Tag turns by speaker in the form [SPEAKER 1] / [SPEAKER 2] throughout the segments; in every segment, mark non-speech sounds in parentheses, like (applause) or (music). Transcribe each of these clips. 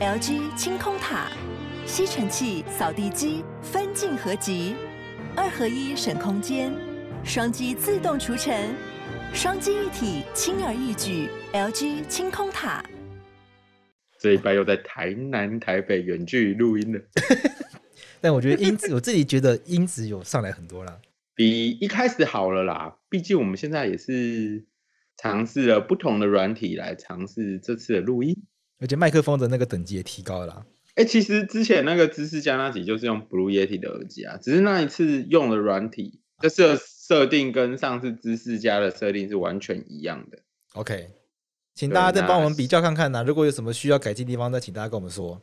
[SPEAKER 1] LG 清空塔、吸尘器、扫地机分镜合集，二合一省空间，双击自动除尘，双击一体轻而易举。LG 清空塔。
[SPEAKER 2] 这一拜又在台南、台北远距录音了，
[SPEAKER 3] 但我觉得音质，我自己觉得音质有上来很多啦。
[SPEAKER 2] 比一开始好了啦。毕竟我们现在也是尝试了不同的软体来尝试这次的录音。
[SPEAKER 3] 而且麦克风的那个等级也提高了啦。
[SPEAKER 2] 哎、其实之前那个知识家那集就是用 Blue Yeti 的耳机啊，只是那一次用的软体，这设设定跟上次知识家的设定是完全一样的。
[SPEAKER 3] OK，请
[SPEAKER 2] 对
[SPEAKER 3] 大家再
[SPEAKER 2] 那
[SPEAKER 3] 帮我们比较看看呐、如果有什么需要改进的地方，再请大家跟我们说。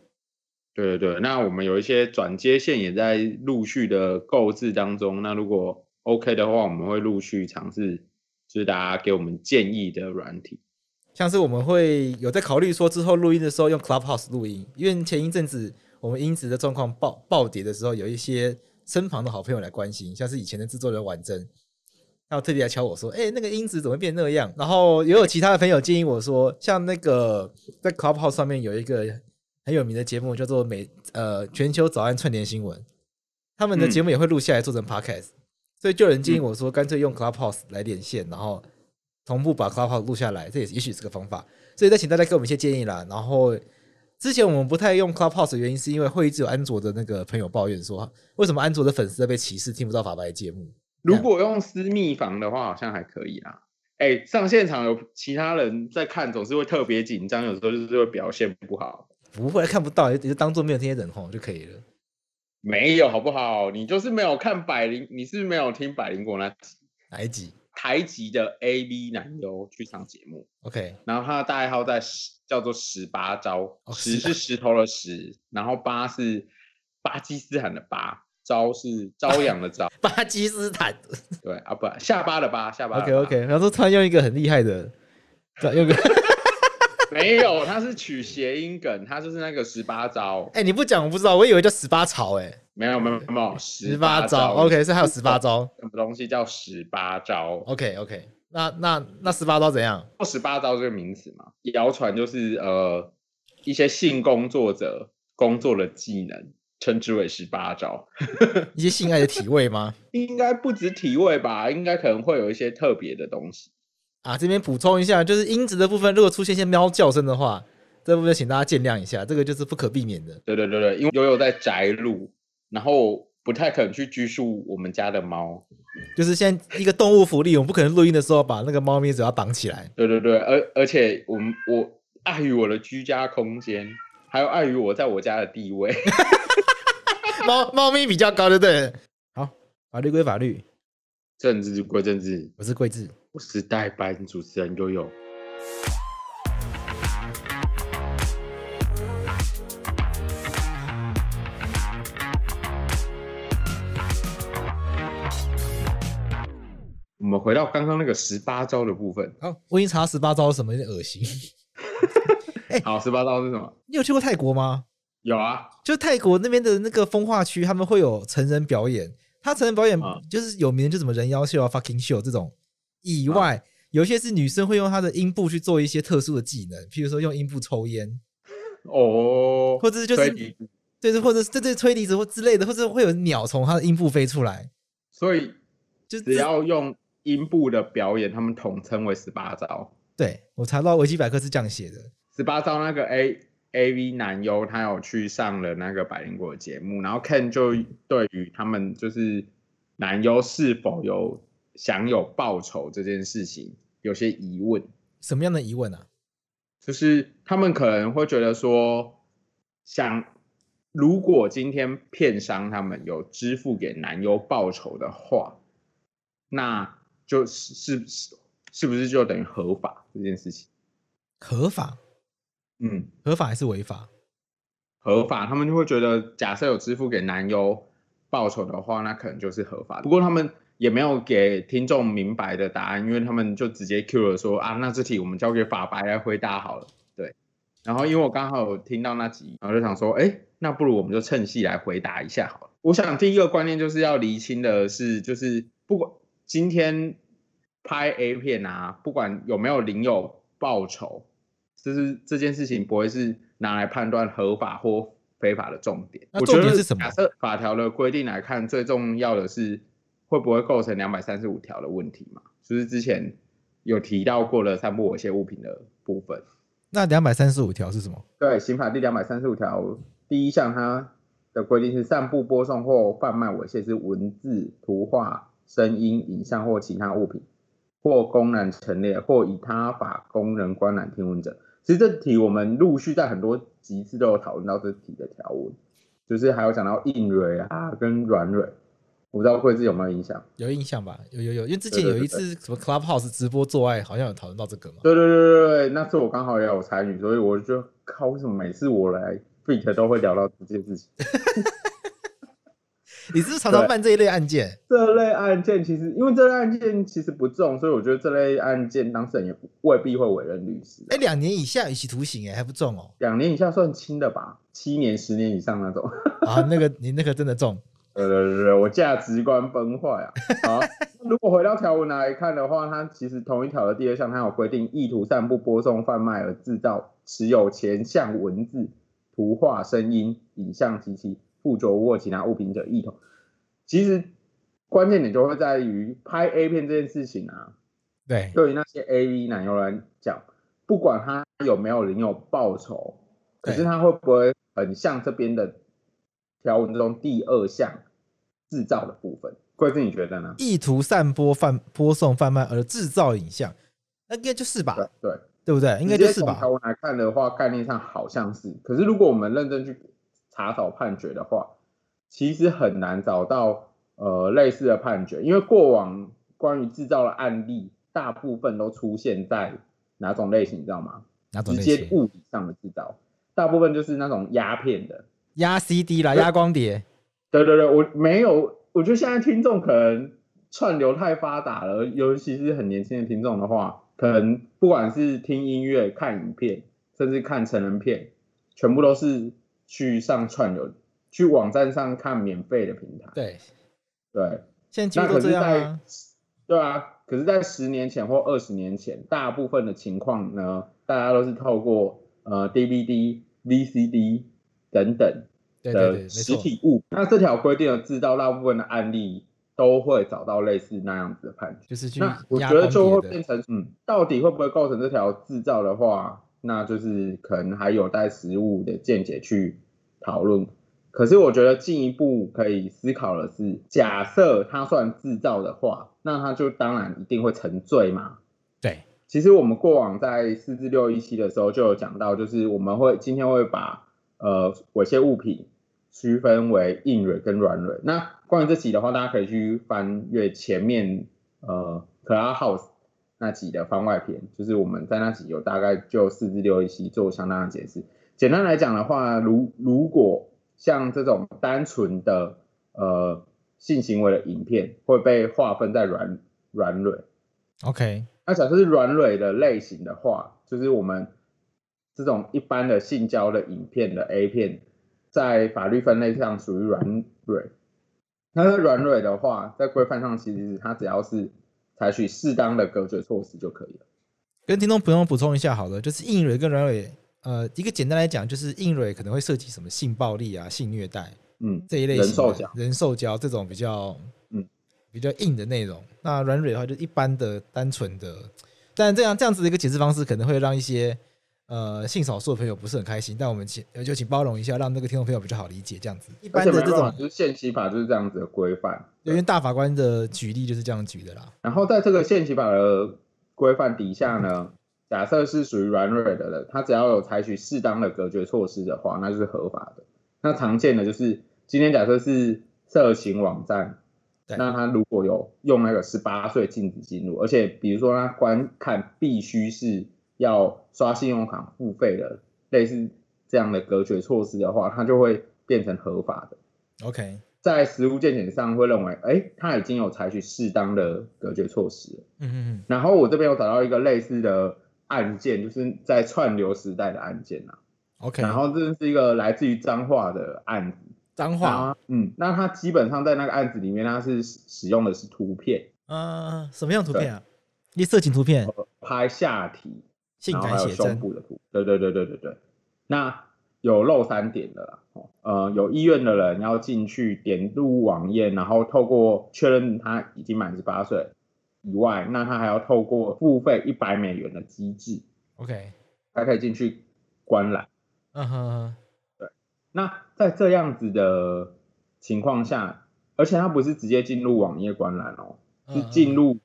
[SPEAKER 2] 对对对，那我们有一些转接线也在陆续的购置当中。那如果 OK 的话，我们会陆续尝试，就是大家给我们建议的软体。
[SPEAKER 3] 像是我们会有在考虑说，之后录音的时候用 Clubhouse 录音，因为前一阵子我们音质的状况暴暴跌的时候，有一些身旁的好朋友来关心，像是以前的制作人婉珍，他有特别来敲我说：“哎、那个音质怎么会变那样？”然后也有其他的朋友建议我说，像那个在 Clubhouse 上面有一个很有名的节目叫做美呃全球早安串联新闻，他们的节目也会录下来做成 Podcast，、所以就有人建议我说，干脆用 Clubhouse 来连线，然后同步把 Clubhouse 录下来，这也是也许是个方法。所以再请大家给我们一些建议啦。然后之前我们不太用 Clubhouse 的原因，是因为会议只有安卓的那个朋友抱怨说，为什么安卓的粉丝在被歧视，听不到法白节目？
[SPEAKER 2] 如果用私密房的话，好像还可以啦。哎，上现场有其他人在看，总是会特别紧张，有时候就是会表现不好。
[SPEAKER 3] 不会看不到，也就当做没有这些人吼就可以了。
[SPEAKER 2] 没有好不好？你就是没有看百灵，你是没有听百灵果那集
[SPEAKER 3] 哪一集
[SPEAKER 2] 台籍的 A V 男优去上节目，
[SPEAKER 3] ？OK，
[SPEAKER 2] 然后他的代号在十，叫做十八招，
[SPEAKER 3] 哦
[SPEAKER 2] 十
[SPEAKER 3] 是
[SPEAKER 2] 是石头的十，然后八是巴基斯坦的八，招是朝阳的招，
[SPEAKER 3] 巴基斯坦。
[SPEAKER 2] 对啊不下巴的巴，下巴的
[SPEAKER 3] OK
[SPEAKER 2] 巴
[SPEAKER 3] OK，然后说突然用一个很厉害的，对用个，
[SPEAKER 2] 没有，他是取谐音梗，他就是那个十八招
[SPEAKER 3] (laughs) 哎、你不讲我不知道，我以为叫十八朝哎、
[SPEAKER 2] 没有没有没有十
[SPEAKER 3] 十八招
[SPEAKER 2] 招
[SPEAKER 3] OK，是还有十八招
[SPEAKER 2] 什么东西叫十八招？
[SPEAKER 3] OK OK，那那那十八招怎样？
[SPEAKER 2] 十八招这个名词嘛，谣传就是呃一些性工作者工作的技能，称之为十八招。
[SPEAKER 3] 一些性爱的体位吗？
[SPEAKER 2] 应该不止体位吧，应该可能会有一些特别的东西。
[SPEAKER 3] 啊，这边补充一下，就是音质的部分，如果出现一些喵叫声的话，这部分请大家见谅一下，这个就是不可避免的。
[SPEAKER 2] 对对对对，因为悠悠在宅路，然后不太可能去拘束我们家的猫。
[SPEAKER 3] 就是现在一个动物福利，我们不可能录音的时候把那个猫咪嘴巴绑起来。
[SPEAKER 2] 对对对，而而且我们我碍于我的居家空间，还有碍于我在我家的地位， (laughs)
[SPEAKER 3] (laughs) 猫猫咪比较高，对不对了？好，法律归法律，
[SPEAKER 2] 政治归政治，
[SPEAKER 3] 我是桂智。
[SPEAKER 2] 我是代班主持人悠悠。我们回到刚刚那个十八招的部分。
[SPEAKER 3] 好，我已经查十八招是什么，有点恶心。 (laughs) 哎
[SPEAKER 2] 好，十八招是什么？
[SPEAKER 3] 你有去过泰国吗？
[SPEAKER 2] 有啊，
[SPEAKER 3] 就泰国那边的那个风化区，他们会有成人表演。他成人表演
[SPEAKER 2] 啊
[SPEAKER 3] 就是有名的，就什么人妖秀啊、fucking 秀这种以外，
[SPEAKER 2] 啊
[SPEAKER 3] 有一些是女生会用她的阴部去做一些特殊的技能，譬如说用阴部抽烟，
[SPEAKER 2] 哦，
[SPEAKER 3] 或者是就是
[SPEAKER 2] 所以
[SPEAKER 3] 对对，或者是对对吹笛子或之类的，或者会有鸟从她的阴部飞出来，
[SPEAKER 2] 所以
[SPEAKER 3] 就
[SPEAKER 2] 只
[SPEAKER 3] 这
[SPEAKER 2] 要用音部的表演，他们统称为十八招。
[SPEAKER 3] 对我查到维基百科是这样写的。
[SPEAKER 2] 十八招那个 A A V 男优，他有去上了那个百灵果的节目，然后 Ken 就对于他们就是男优是否有享有报酬这件事情有些疑问，
[SPEAKER 3] 什么样的疑问啊？
[SPEAKER 2] 就是他们可能会觉得说，想如果今天片商他们有支付给男优报酬的话，那就是是是是不是就等于合法这件事情？
[SPEAKER 3] 合法、
[SPEAKER 2] 嗯，
[SPEAKER 3] 合法还是违法？
[SPEAKER 2] 合法，他们就会觉得，假设有支付给男优报酬的话，那可能就是合法。不过他们也没有给听众明白的答案，因为他们就直接 Q 了说啊，那这题我们交给法白来回答好了。对，然后因为我刚好有听到那集，然后就想说，哎，那不如我们就趁隙来回答一下好了。我想第一个观念就是要厘清的是，就是不管今天拍 A 片啊，不管有没有领有报酬，就是这件事情不会是拿来判断合法或非法的重点。
[SPEAKER 3] 那
[SPEAKER 2] 我
[SPEAKER 3] 重
[SPEAKER 2] 觉
[SPEAKER 3] 点
[SPEAKER 2] 得
[SPEAKER 3] 是什么
[SPEAKER 2] 假设法条的规定来看，最重要的是会不会构成两百三十五条的问题嘛？就是之前有提到过的散布猥亵物品的部分。
[SPEAKER 3] 那两百三十五条是什么？
[SPEAKER 2] 对，刑法第两百三十五条第一项，它的规定是散布、播送或贩卖猥亵之文字、图画、声音、影像或其他物品，或公然陈列，或以他法公人观览听闻者。其实这题我们陆续在很多集次都有讨论到这题的条文，就是还有讲到硬蕊啊跟软蕊，我不知道贵志有没有影响？
[SPEAKER 3] 有印象吧？有有有，因为之前
[SPEAKER 2] 对对
[SPEAKER 3] 有
[SPEAKER 2] 对
[SPEAKER 3] 一次什么 Clubhouse 直播做爱，好像有讨论到这个嘛。
[SPEAKER 2] 对对对对对，那次我刚好也有参与，所以我就靠，为什么每次我来 fit 都会聊到这件事情？
[SPEAKER 3] 你是不是常常
[SPEAKER 2] 对
[SPEAKER 3] 办这一类案件？
[SPEAKER 2] 这类案件其实，因为这类案件其实不重，所以我觉得这类案件当事人也不未必会委任律师啊、
[SPEAKER 3] 哎，两年以下有期徒刑，哎，还不重哦。
[SPEAKER 2] 两年以下算轻的吧，七年、十年以上那种。 (laughs)
[SPEAKER 3] 啊，那个你那个真的重。
[SPEAKER 2] 对对对对，我价值观崩坏啊！好，如果回到条文来看的话，它其实同一条的第二项，它有规定意图散布、播送、贩卖而制造、持有前项文字、图画、声音、影像及其附着物或其他物品者意图。其实关键点就会在于拍 A 片这件事情啊，
[SPEAKER 3] 对，
[SPEAKER 2] 对于那些 AV 男优来讲，不管他有没有领有报酬，可
[SPEAKER 3] 对
[SPEAKER 2] 是他会不会很像这边的条文中第二项制造的部分？贵志，你觉得呢？
[SPEAKER 3] 意图散播、贩播送、贩卖而制造影像，那应该就是吧
[SPEAKER 2] 对，对，
[SPEAKER 3] 对不对？应该就是
[SPEAKER 2] 直接从
[SPEAKER 3] 吧
[SPEAKER 2] 条。文来看的话，概念上好像是，可是如果我们认真去查找判决的话，其实很难找到呃类似的判决，因为过往关于制造的案例，大部分都出现在哪种类型，你知道吗？
[SPEAKER 3] 哪种
[SPEAKER 2] 直
[SPEAKER 3] 类
[SPEAKER 2] 接
[SPEAKER 3] 型？
[SPEAKER 2] 物理上的制造，大部分就是那种鸦片的。
[SPEAKER 3] 压 CD 啦，压光碟。
[SPEAKER 2] 对对对，我没有，我觉得现在听众可能串流太发达了，尤其是很年轻的听众的话，可能不管是听音乐、看影片，甚至看成人片，全部都是去上串流，去网站上看免费的平台。
[SPEAKER 3] 对，
[SPEAKER 2] 对，
[SPEAKER 3] 现在几
[SPEAKER 2] 那
[SPEAKER 3] 乎
[SPEAKER 2] 可
[SPEAKER 3] 都
[SPEAKER 2] 是
[SPEAKER 3] 这样
[SPEAKER 2] 在，
[SPEAKER 3] 啊。
[SPEAKER 2] 对啊，可是，在十年前或二十年前，大部分的情况呢，大家都是透过呃 DVD、VCD 等等
[SPEAKER 3] 对对对，没
[SPEAKER 2] 的实
[SPEAKER 3] 错。
[SPEAKER 2] 体物。那这条规定的制造，大部分的案例都会找到类似那样子的判决。
[SPEAKER 3] 就是去
[SPEAKER 2] 那我
[SPEAKER 3] 压
[SPEAKER 2] 觉得就会
[SPEAKER 3] 光碟
[SPEAKER 2] 变
[SPEAKER 3] 的。
[SPEAKER 2] 成，嗯，到底会不会构成这条制造的话，那就是可能还有待实物的见解去讨论。可是我觉得进一步可以思考的是，假设它算制造的话，那它就当然一定会成罪嘛。
[SPEAKER 3] 对，
[SPEAKER 2] 其实我们过往在四至六一期的时候就有讲到，就是我们会今天会把呃猥亵物品区分为硬蕊跟软蕊。那关于这集的话，大家可以去翻阅前面呃 c l u b House 那集的番外篇，就是我们在那集有大概就四至六一期做相当的解释。简单来讲的话，如如果像这种单纯的呃性行为的影片会被划分在软软蕊，
[SPEAKER 3] OK，
[SPEAKER 2] 那假设是软蕊的类型的话，就是我们这种一般的性交的影片的 A 片，在法律分类上属于软蕊。那在软蕊的话，在规范上其实是它只要是采取适当的隔绝措施就可以了。
[SPEAKER 3] 跟听众朋友补充一下好了，就是硬蕊跟软蕊，呃，一个简单来讲，就是硬蕊可能会涉及什么性暴力啊、性虐待
[SPEAKER 2] 嗯，
[SPEAKER 3] 这一类型
[SPEAKER 2] 人
[SPEAKER 3] 的
[SPEAKER 2] 兽交、
[SPEAKER 3] 人兽交这种比较
[SPEAKER 2] 嗯
[SPEAKER 3] 比较硬的内容。那软蕊的话，就一般的单纯的，但这样这样子的一个解释方式，可能会让一些呃性少数的朋友不是很开心。但我们请呃就请包容一下，让那个听众朋友比较好理解这样子。一
[SPEAKER 2] 而
[SPEAKER 3] 般
[SPEAKER 2] 且
[SPEAKER 3] 的
[SPEAKER 2] 没
[SPEAKER 3] 这
[SPEAKER 2] 办法，
[SPEAKER 3] 种，
[SPEAKER 2] 就是现行法就是这样子的规范。
[SPEAKER 3] 因为大法官的举例就是这样举的啦。
[SPEAKER 2] 然后在这个现行法的规范底下呢，假设是属于软蕊的人，他只要有采取适当的隔绝措施的话，那就是合法的。那常见的就是今天假设是色情网站，
[SPEAKER 3] 对
[SPEAKER 2] 那他如果有用那个十八岁禁止进入，而且比如说他观看必须是要刷信用卡付费的，类似这样的隔绝措施的话，它就会变成合法的。
[SPEAKER 3] OK，
[SPEAKER 2] 在实物见解上会认为，哎、他已经有采取适当的隔绝措施了。
[SPEAKER 3] 嗯嗯嗯，
[SPEAKER 2] 然后我这边有找到一个类似的案件，就是在串流时代的案件啊。
[SPEAKER 3] OK，
[SPEAKER 2] 然后这是一个来自于彰化的案子。
[SPEAKER 3] 脏话，
[SPEAKER 2] 啊嗯，那他基本上在那个案子里面，他是使使用的是图片
[SPEAKER 3] 呃，什么样的图片啊？一色情图片，
[SPEAKER 2] 拍下体，
[SPEAKER 3] 性
[SPEAKER 2] 然后
[SPEAKER 3] 感
[SPEAKER 2] 还有
[SPEAKER 3] 写
[SPEAKER 2] 胸
[SPEAKER 3] 真，
[SPEAKER 2] 部的图。对对对对对对。那有漏三点的啦，哦呃，有意愿的人要进去点入网页，然后透过确认他已经满十八岁以外，那他还要透过付费一百美元的机制，
[SPEAKER 3] OK，
[SPEAKER 2] 才可以进去观览。
[SPEAKER 3] 嗯哼哼，
[SPEAKER 2] 那在这样子的情况下，而且他不是直接进入网页观览哦，
[SPEAKER 3] 嗯
[SPEAKER 2] 是进入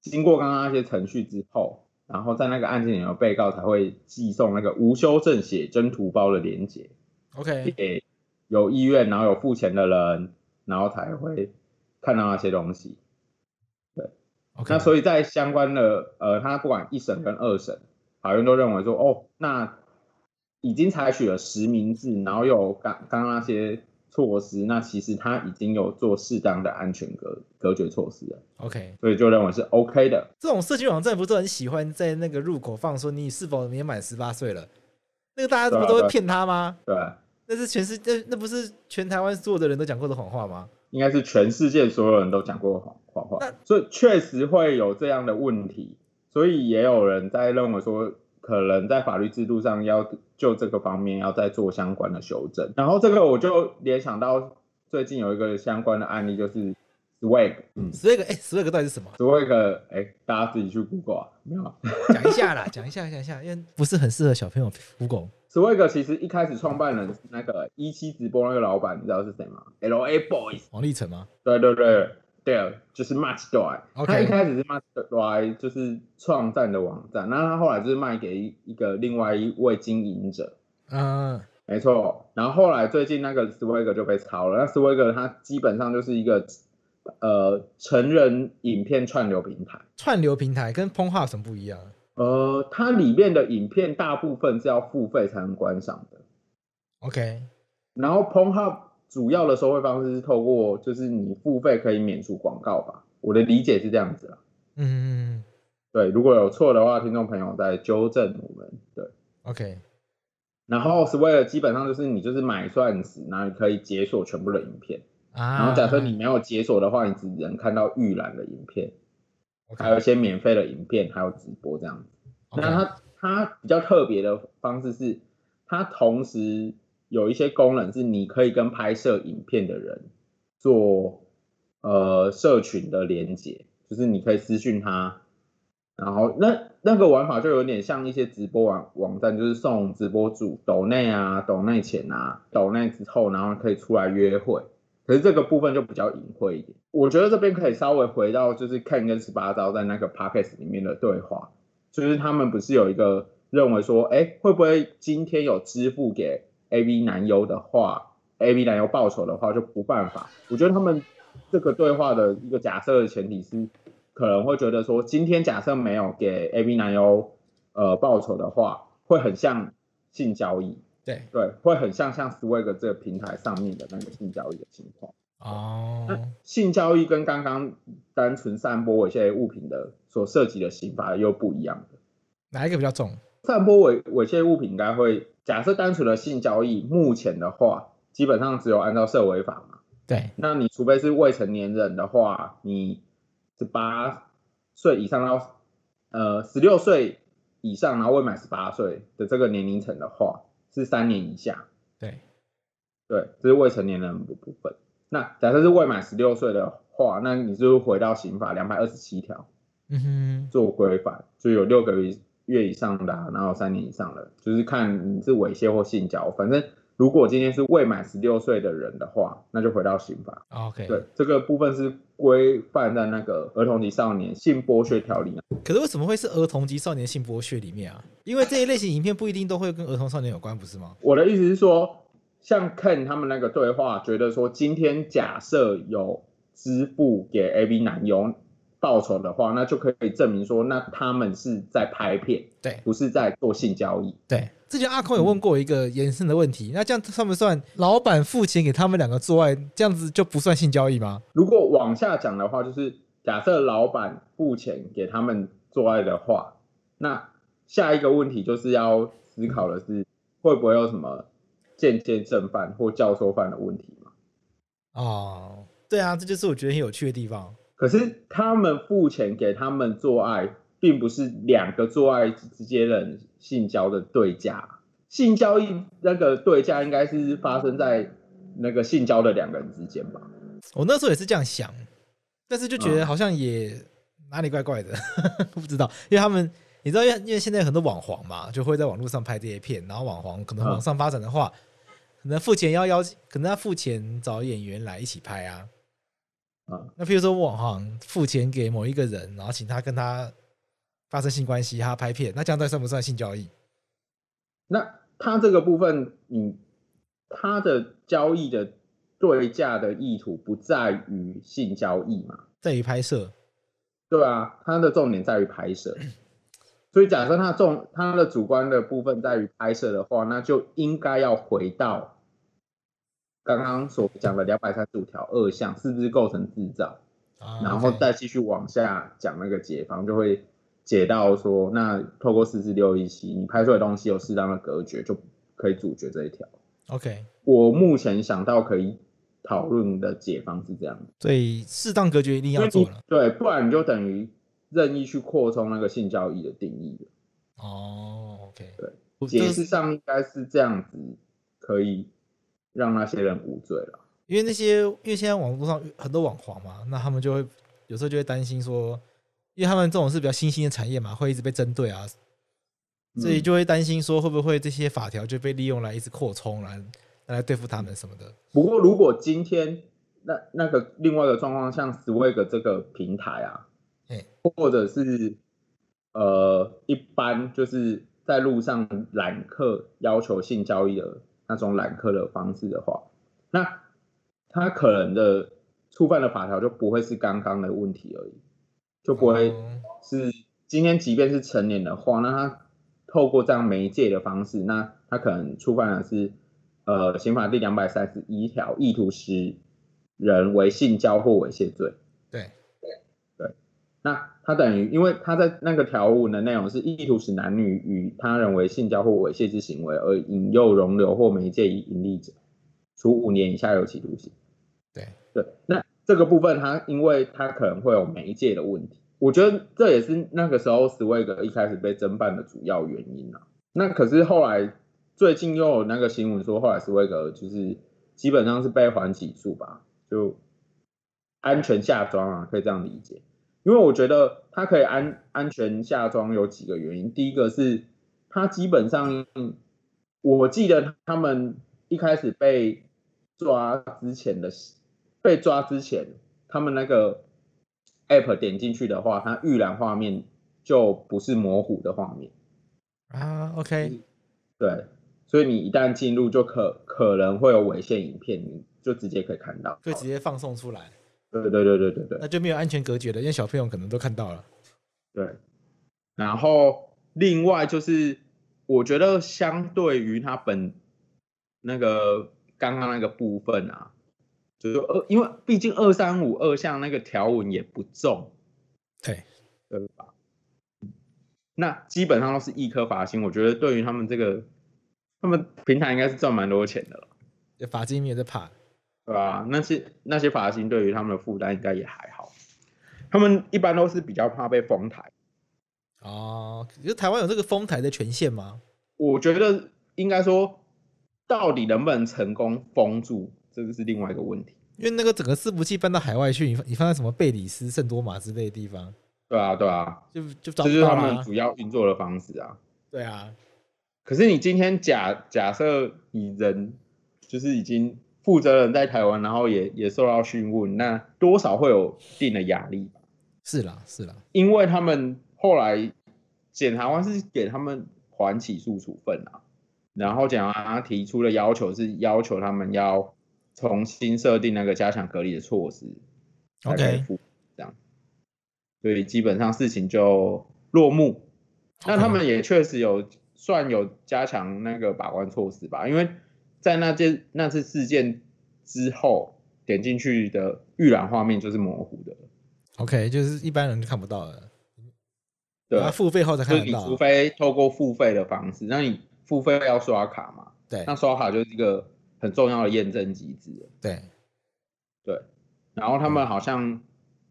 [SPEAKER 2] 经过刚刚那些程序之后，然后在那个案件里的被告才会寄送那个无修正写真图包的连接
[SPEAKER 3] OK，
[SPEAKER 2] 给有意愿然后有付钱的人，然后才会看到那些东西。那所
[SPEAKER 3] 以
[SPEAKER 2] 以在相关的呃，他不管一审跟二审，法院都认为说，哦，那已经采取了实名制，然后又有刚刚刚那些措施，那其实他已经有做适当的安全隔隔绝措施了，
[SPEAKER 3] OK，
[SPEAKER 2] 所以就认为是 OK 的。
[SPEAKER 3] 这种社区网站不是都很喜欢在那个入口放说你是否年满十八岁了？那个大家
[SPEAKER 2] 对
[SPEAKER 3] 不
[SPEAKER 2] 啊
[SPEAKER 3] 都
[SPEAKER 2] 对
[SPEAKER 3] 会
[SPEAKER 2] 啊
[SPEAKER 3] 骗他吗？
[SPEAKER 2] 对，
[SPEAKER 3] 那是全世界，那不是全台湾所有的人都讲过的谎话吗？
[SPEAKER 2] 应该是全世界所有人都讲过谎谎话
[SPEAKER 3] 那，
[SPEAKER 2] 所以确实会有这样的问题，所以也有人在认为说，可能在法律制度上要就这个方面要再做相关的修正。然后这个我就联想到最近有一个相关的案例，就是 Swag，嗯？
[SPEAKER 3] 十二个，哎，十二个到底是什么
[SPEAKER 2] ，Swag，哎、大家自己去 Google 啊，没有啊
[SPEAKER 3] 讲一下啦， (laughs) 讲一下，讲一下，因为不是很适合小朋友 Google。
[SPEAKER 2] ，Swag 其实一开始创办人是那个一期直播那个老板，你知道是谁吗？L A Boys。
[SPEAKER 3] 王立成吗？
[SPEAKER 2] 对对对对，啊就是 Match Dry。
[SPEAKER 3] OK
[SPEAKER 2] 他一开始是 Match Dry，就是创站的网站，那他后来就是卖给一一个另外一位经营者，
[SPEAKER 3] 嗯
[SPEAKER 2] 没错。然后后来最近那个 Swag 就被抄了，那 Swag 它基本上就是一个呃成人影片串流平台。
[SPEAKER 3] 串流平台跟 p o n h u b 什么不一样
[SPEAKER 2] 呃，它里面的影片大部分是要付费才能观赏的，
[SPEAKER 3] ？OK，
[SPEAKER 2] 然后 Pornhub 主要的收费方式是透过就是你付费可以免除广告吧，我的理解是这样子啦。
[SPEAKER 3] 嗯嗯嗯
[SPEAKER 2] 对，如果有错的话，听众朋友再纠正我们。对，
[SPEAKER 3] ，OK，
[SPEAKER 2] 然后 Sway 基本上就是你就是买钻石，然后你可以解锁全部的影片。
[SPEAKER 3] 啊，
[SPEAKER 2] 然后假设你没有解锁的话，你只能看到预览的影片，
[SPEAKER 3] OK，
[SPEAKER 2] 还有一些免费的影片，还有直播这样子。
[SPEAKER 3] OK，
[SPEAKER 2] 那它它比较特别的方式是，它同时有一些功能是你可以跟拍摄影片的人做呃社群的连接，就是你可以私讯他，然后那那个玩法就有点像一些直播网网站，就是送直播主抖内啊、抖内钱啊、抖内之后，然后可以出来约会。可是这个部分就比较隐晦一点，我觉得这边可以稍微回到就是 Ken 跟十八招在那个 podcast 里面的对话，就是他们不是有一个认为说，哎、会不会今天有支付给 A V 男优的话，A V 男优报酬的话就不犯法？我觉得他们这个对话的一个假设的前提是，可能会觉得说，今天假设没有给 A V 男优呃报酬的话，会很像性交易，
[SPEAKER 3] 对
[SPEAKER 2] 对，会很像像 Swag 这个平台上面的那个性交易的情况。
[SPEAKER 3] 哦，
[SPEAKER 2] 性交易跟刚刚单纯散播猥亵物品的所涉及的刑罚又不一样的。
[SPEAKER 3] 哪一个比较重？
[SPEAKER 2] 散播猥猥亵物品应该会，假设单纯的性交易，目前的话，基本上只有按照社违法嘛。
[SPEAKER 3] 对
[SPEAKER 2] 那你除非是未成年人的话，你十八岁以上到呃十六岁以上，然后未满十八岁的这个年龄层的话，是三年以下。
[SPEAKER 3] 对，
[SPEAKER 2] 对，这是未成年人的部分。那假设是未满十六岁的话，那你就回到刑法两百二十七条
[SPEAKER 3] 嗯哼，
[SPEAKER 2] 做规范，就有六个月以上的、啊，然后三年以上的，就是看你是猥亵或性交。反正如果今天是未满十六岁的人的话，那就回到刑法。
[SPEAKER 3] ，OK，
[SPEAKER 2] 对，这个部分是规范在那个《儿童及少年性剥削条例》
[SPEAKER 3] 可是为什么会是儿童及少年性剥削里面啊？因为这一类型影片不一定都会跟儿童少年有关，不是吗？
[SPEAKER 2] 我的意思是说，像 Ken 他们那个对话，觉得说今天假设有支付给 A B 男优报酬的话，那就可以证明说，那他们是在拍片，
[SPEAKER 3] 对
[SPEAKER 2] 不是在做性交易。
[SPEAKER 3] 对，之前阿空有问过我一个延伸的问题，那这样算不算老板付钱给他们两个做爱，这样子就不算性交易吗？
[SPEAKER 2] 如果往下讲的话，就是假设老板付钱给他们做爱的话，那下一个问题就是要思考的是，会不会有什么间接正犯或教唆犯的问题嘛？
[SPEAKER 3] 哦，对啊，这就是我觉得很有趣的地方。
[SPEAKER 2] 可是他们付钱给他们做爱，并不是两个做爱之间人性交的对价，性交易那个对价应该是发生在那个性交的两个人之间吧？
[SPEAKER 3] 我那时候也是这样想，但是就觉
[SPEAKER 2] 嗯
[SPEAKER 3] 得好像也哪里怪怪的， (laughs) 不知道，因为他们你知道，因为因为现在很多网黄嘛，就会在网络上拍这些片，然后网黄可能
[SPEAKER 2] 嗯
[SPEAKER 3] 往上发展的话，可能付钱要邀，可能要付钱找演员来一起拍啊。
[SPEAKER 2] 嗯
[SPEAKER 3] 那譬如说网黄付钱给某一个人，然后请他跟他发生性关系，他拍片，那这样到底算不算性交易？
[SPEAKER 2] 那他这个部分，你他的交易的对价的意图不在于性交易嘛？
[SPEAKER 3] 在于拍摄，
[SPEAKER 2] 对啊，它的重点在于拍摄。所以假设它重它的主观的部分在于拍摄的话，那就应该要回到刚刚所讲的两百三十五条二项，是不是构成制造？
[SPEAKER 3] 啊
[SPEAKER 2] 然后
[SPEAKER 3] OK
[SPEAKER 2] 再继续往下讲那个解放，就会解到说，那透过四至六一七，你拍出来的东西有适当的隔绝，就可以阻绝这一条。
[SPEAKER 3] OK，
[SPEAKER 2] 我目前想到可以讨论的解放是这样的。
[SPEAKER 3] 所以适当隔绝一定要做了
[SPEAKER 2] 对，不然你就等于任意去扩充那个性交易的定义了。
[SPEAKER 3] 哦。OK，
[SPEAKER 2] 对
[SPEAKER 3] 我，这
[SPEAKER 2] 解
[SPEAKER 3] 个
[SPEAKER 2] 释上应该是这样子，可以让那些人无罪了。
[SPEAKER 3] 因为那些，因为现在网络上很多网黄嘛，那他们就会有时候就会担心说，因为他们这种是比较新兴的产业嘛，会一直被针对啊，
[SPEAKER 2] 嗯
[SPEAKER 3] 所以就会担心说会不会这些法条就被利用来一直扩充来来对付他们什么的。
[SPEAKER 2] 不过，如果今天那那个另外一个状况，像 Swag 这个平台啊
[SPEAKER 3] 嘿，
[SPEAKER 2] 或者是呃一般就是在路上揽客要求性交易的那种揽客的方式的话，那他可能的触犯的法条就不会是刚刚的问题而已，就不会
[SPEAKER 3] 嗯
[SPEAKER 2] 是今天即便是成年的话，那他透过这样媒介的方式，那他可能触犯的是呃刑法第两百三十一条意图使人为性交或猥亵罪。
[SPEAKER 3] 对
[SPEAKER 2] 对，那他等于因为他在那个条文的内容是意图使男女与他人为性交或猥亵之行为而引诱、容留或媒介以盈利者，处五年以下有期徒刑。
[SPEAKER 3] 对
[SPEAKER 2] 对，那这个部分它因为它可能会有媒介的问题，我觉得这也是那个时候 Swag 一开始被侦办的主要原因啊。那可是后来最近又有那个新闻说，后来 Swag 就是基本上是被缓起诉吧，就安全下庄啊，可以这样理解。因为我觉得它可以安安全下庄有几个原因，第一个是它基本上，我记得他们一开始被抓之前的被抓之前，他们那个 app 点进去的话，它预览画面就不是模糊的画面，
[SPEAKER 3] 啊，OK，
[SPEAKER 2] 对，所以你一旦进入就可可能会有违宪影片，你就直接可以看到。
[SPEAKER 3] 就直接放送出来，
[SPEAKER 2] 对对对对对对
[SPEAKER 3] 那就没有安全隔绝了，因为小朋友可能都看到了。
[SPEAKER 2] 对。然后另外就是，我觉得相对于它本那个刚刚那个部分啊，就是二，因为毕竟二三五二项那个条文也不重，
[SPEAKER 3] 对，
[SPEAKER 2] 对吧？那基本上都是一颗罚金，我觉得对于他们这个，他们平台应该是赚蛮多钱的了，
[SPEAKER 3] 法金也在怕，
[SPEAKER 2] 对吧？那些那些罚金对于他们的负担应该也还好，他们一般都是比较怕被封台，
[SPEAKER 3] 哦，可是台湾有这个封台的权限吗？
[SPEAKER 2] 我觉得应该说，到底能不能成功封住，这个是另外一个问题，
[SPEAKER 3] 因为那个整个伺服器搬到海外去，你放你放在什么贝里斯、圣多马之类的地方，
[SPEAKER 2] 对啊，对啊，
[SPEAKER 3] 就
[SPEAKER 2] 这
[SPEAKER 3] 就找
[SPEAKER 2] 就
[SPEAKER 3] 不
[SPEAKER 2] 是他
[SPEAKER 3] 到啦、
[SPEAKER 2] 们主要运作的方式啊。
[SPEAKER 3] 对啊，
[SPEAKER 2] 可是你今天假假设你人就是已经负责人在台湾，然后也也受到讯问，那多少会有一定的压力吧？
[SPEAKER 3] 是啦，是啦，
[SPEAKER 2] 因为他们后来检察官是给他们缓起诉处分啊，然后检察官提出的要求是要求他们要重新设定那个加强隔离的措施才可以
[SPEAKER 3] OK
[SPEAKER 2] 复这样，所以基本上事情就落幕。那他们也确实有算有加强那个把关措施吧，因为在那件那次事件之后，点进去的预览画面就是模糊的，
[SPEAKER 3] OK，就是一般人就看不到了，
[SPEAKER 2] 对，
[SPEAKER 3] 啊，付费后才
[SPEAKER 2] 就
[SPEAKER 3] 看
[SPEAKER 2] 是
[SPEAKER 3] 得
[SPEAKER 2] 你
[SPEAKER 3] 到
[SPEAKER 2] 除
[SPEAKER 3] 啊，
[SPEAKER 2] 非透过付费的方式，那你付费要刷卡嘛？
[SPEAKER 3] 对
[SPEAKER 2] 那刷卡就是一个很重要的验证机制了，
[SPEAKER 3] 对，
[SPEAKER 2] 对。然后他们好
[SPEAKER 3] 嗯
[SPEAKER 2] 像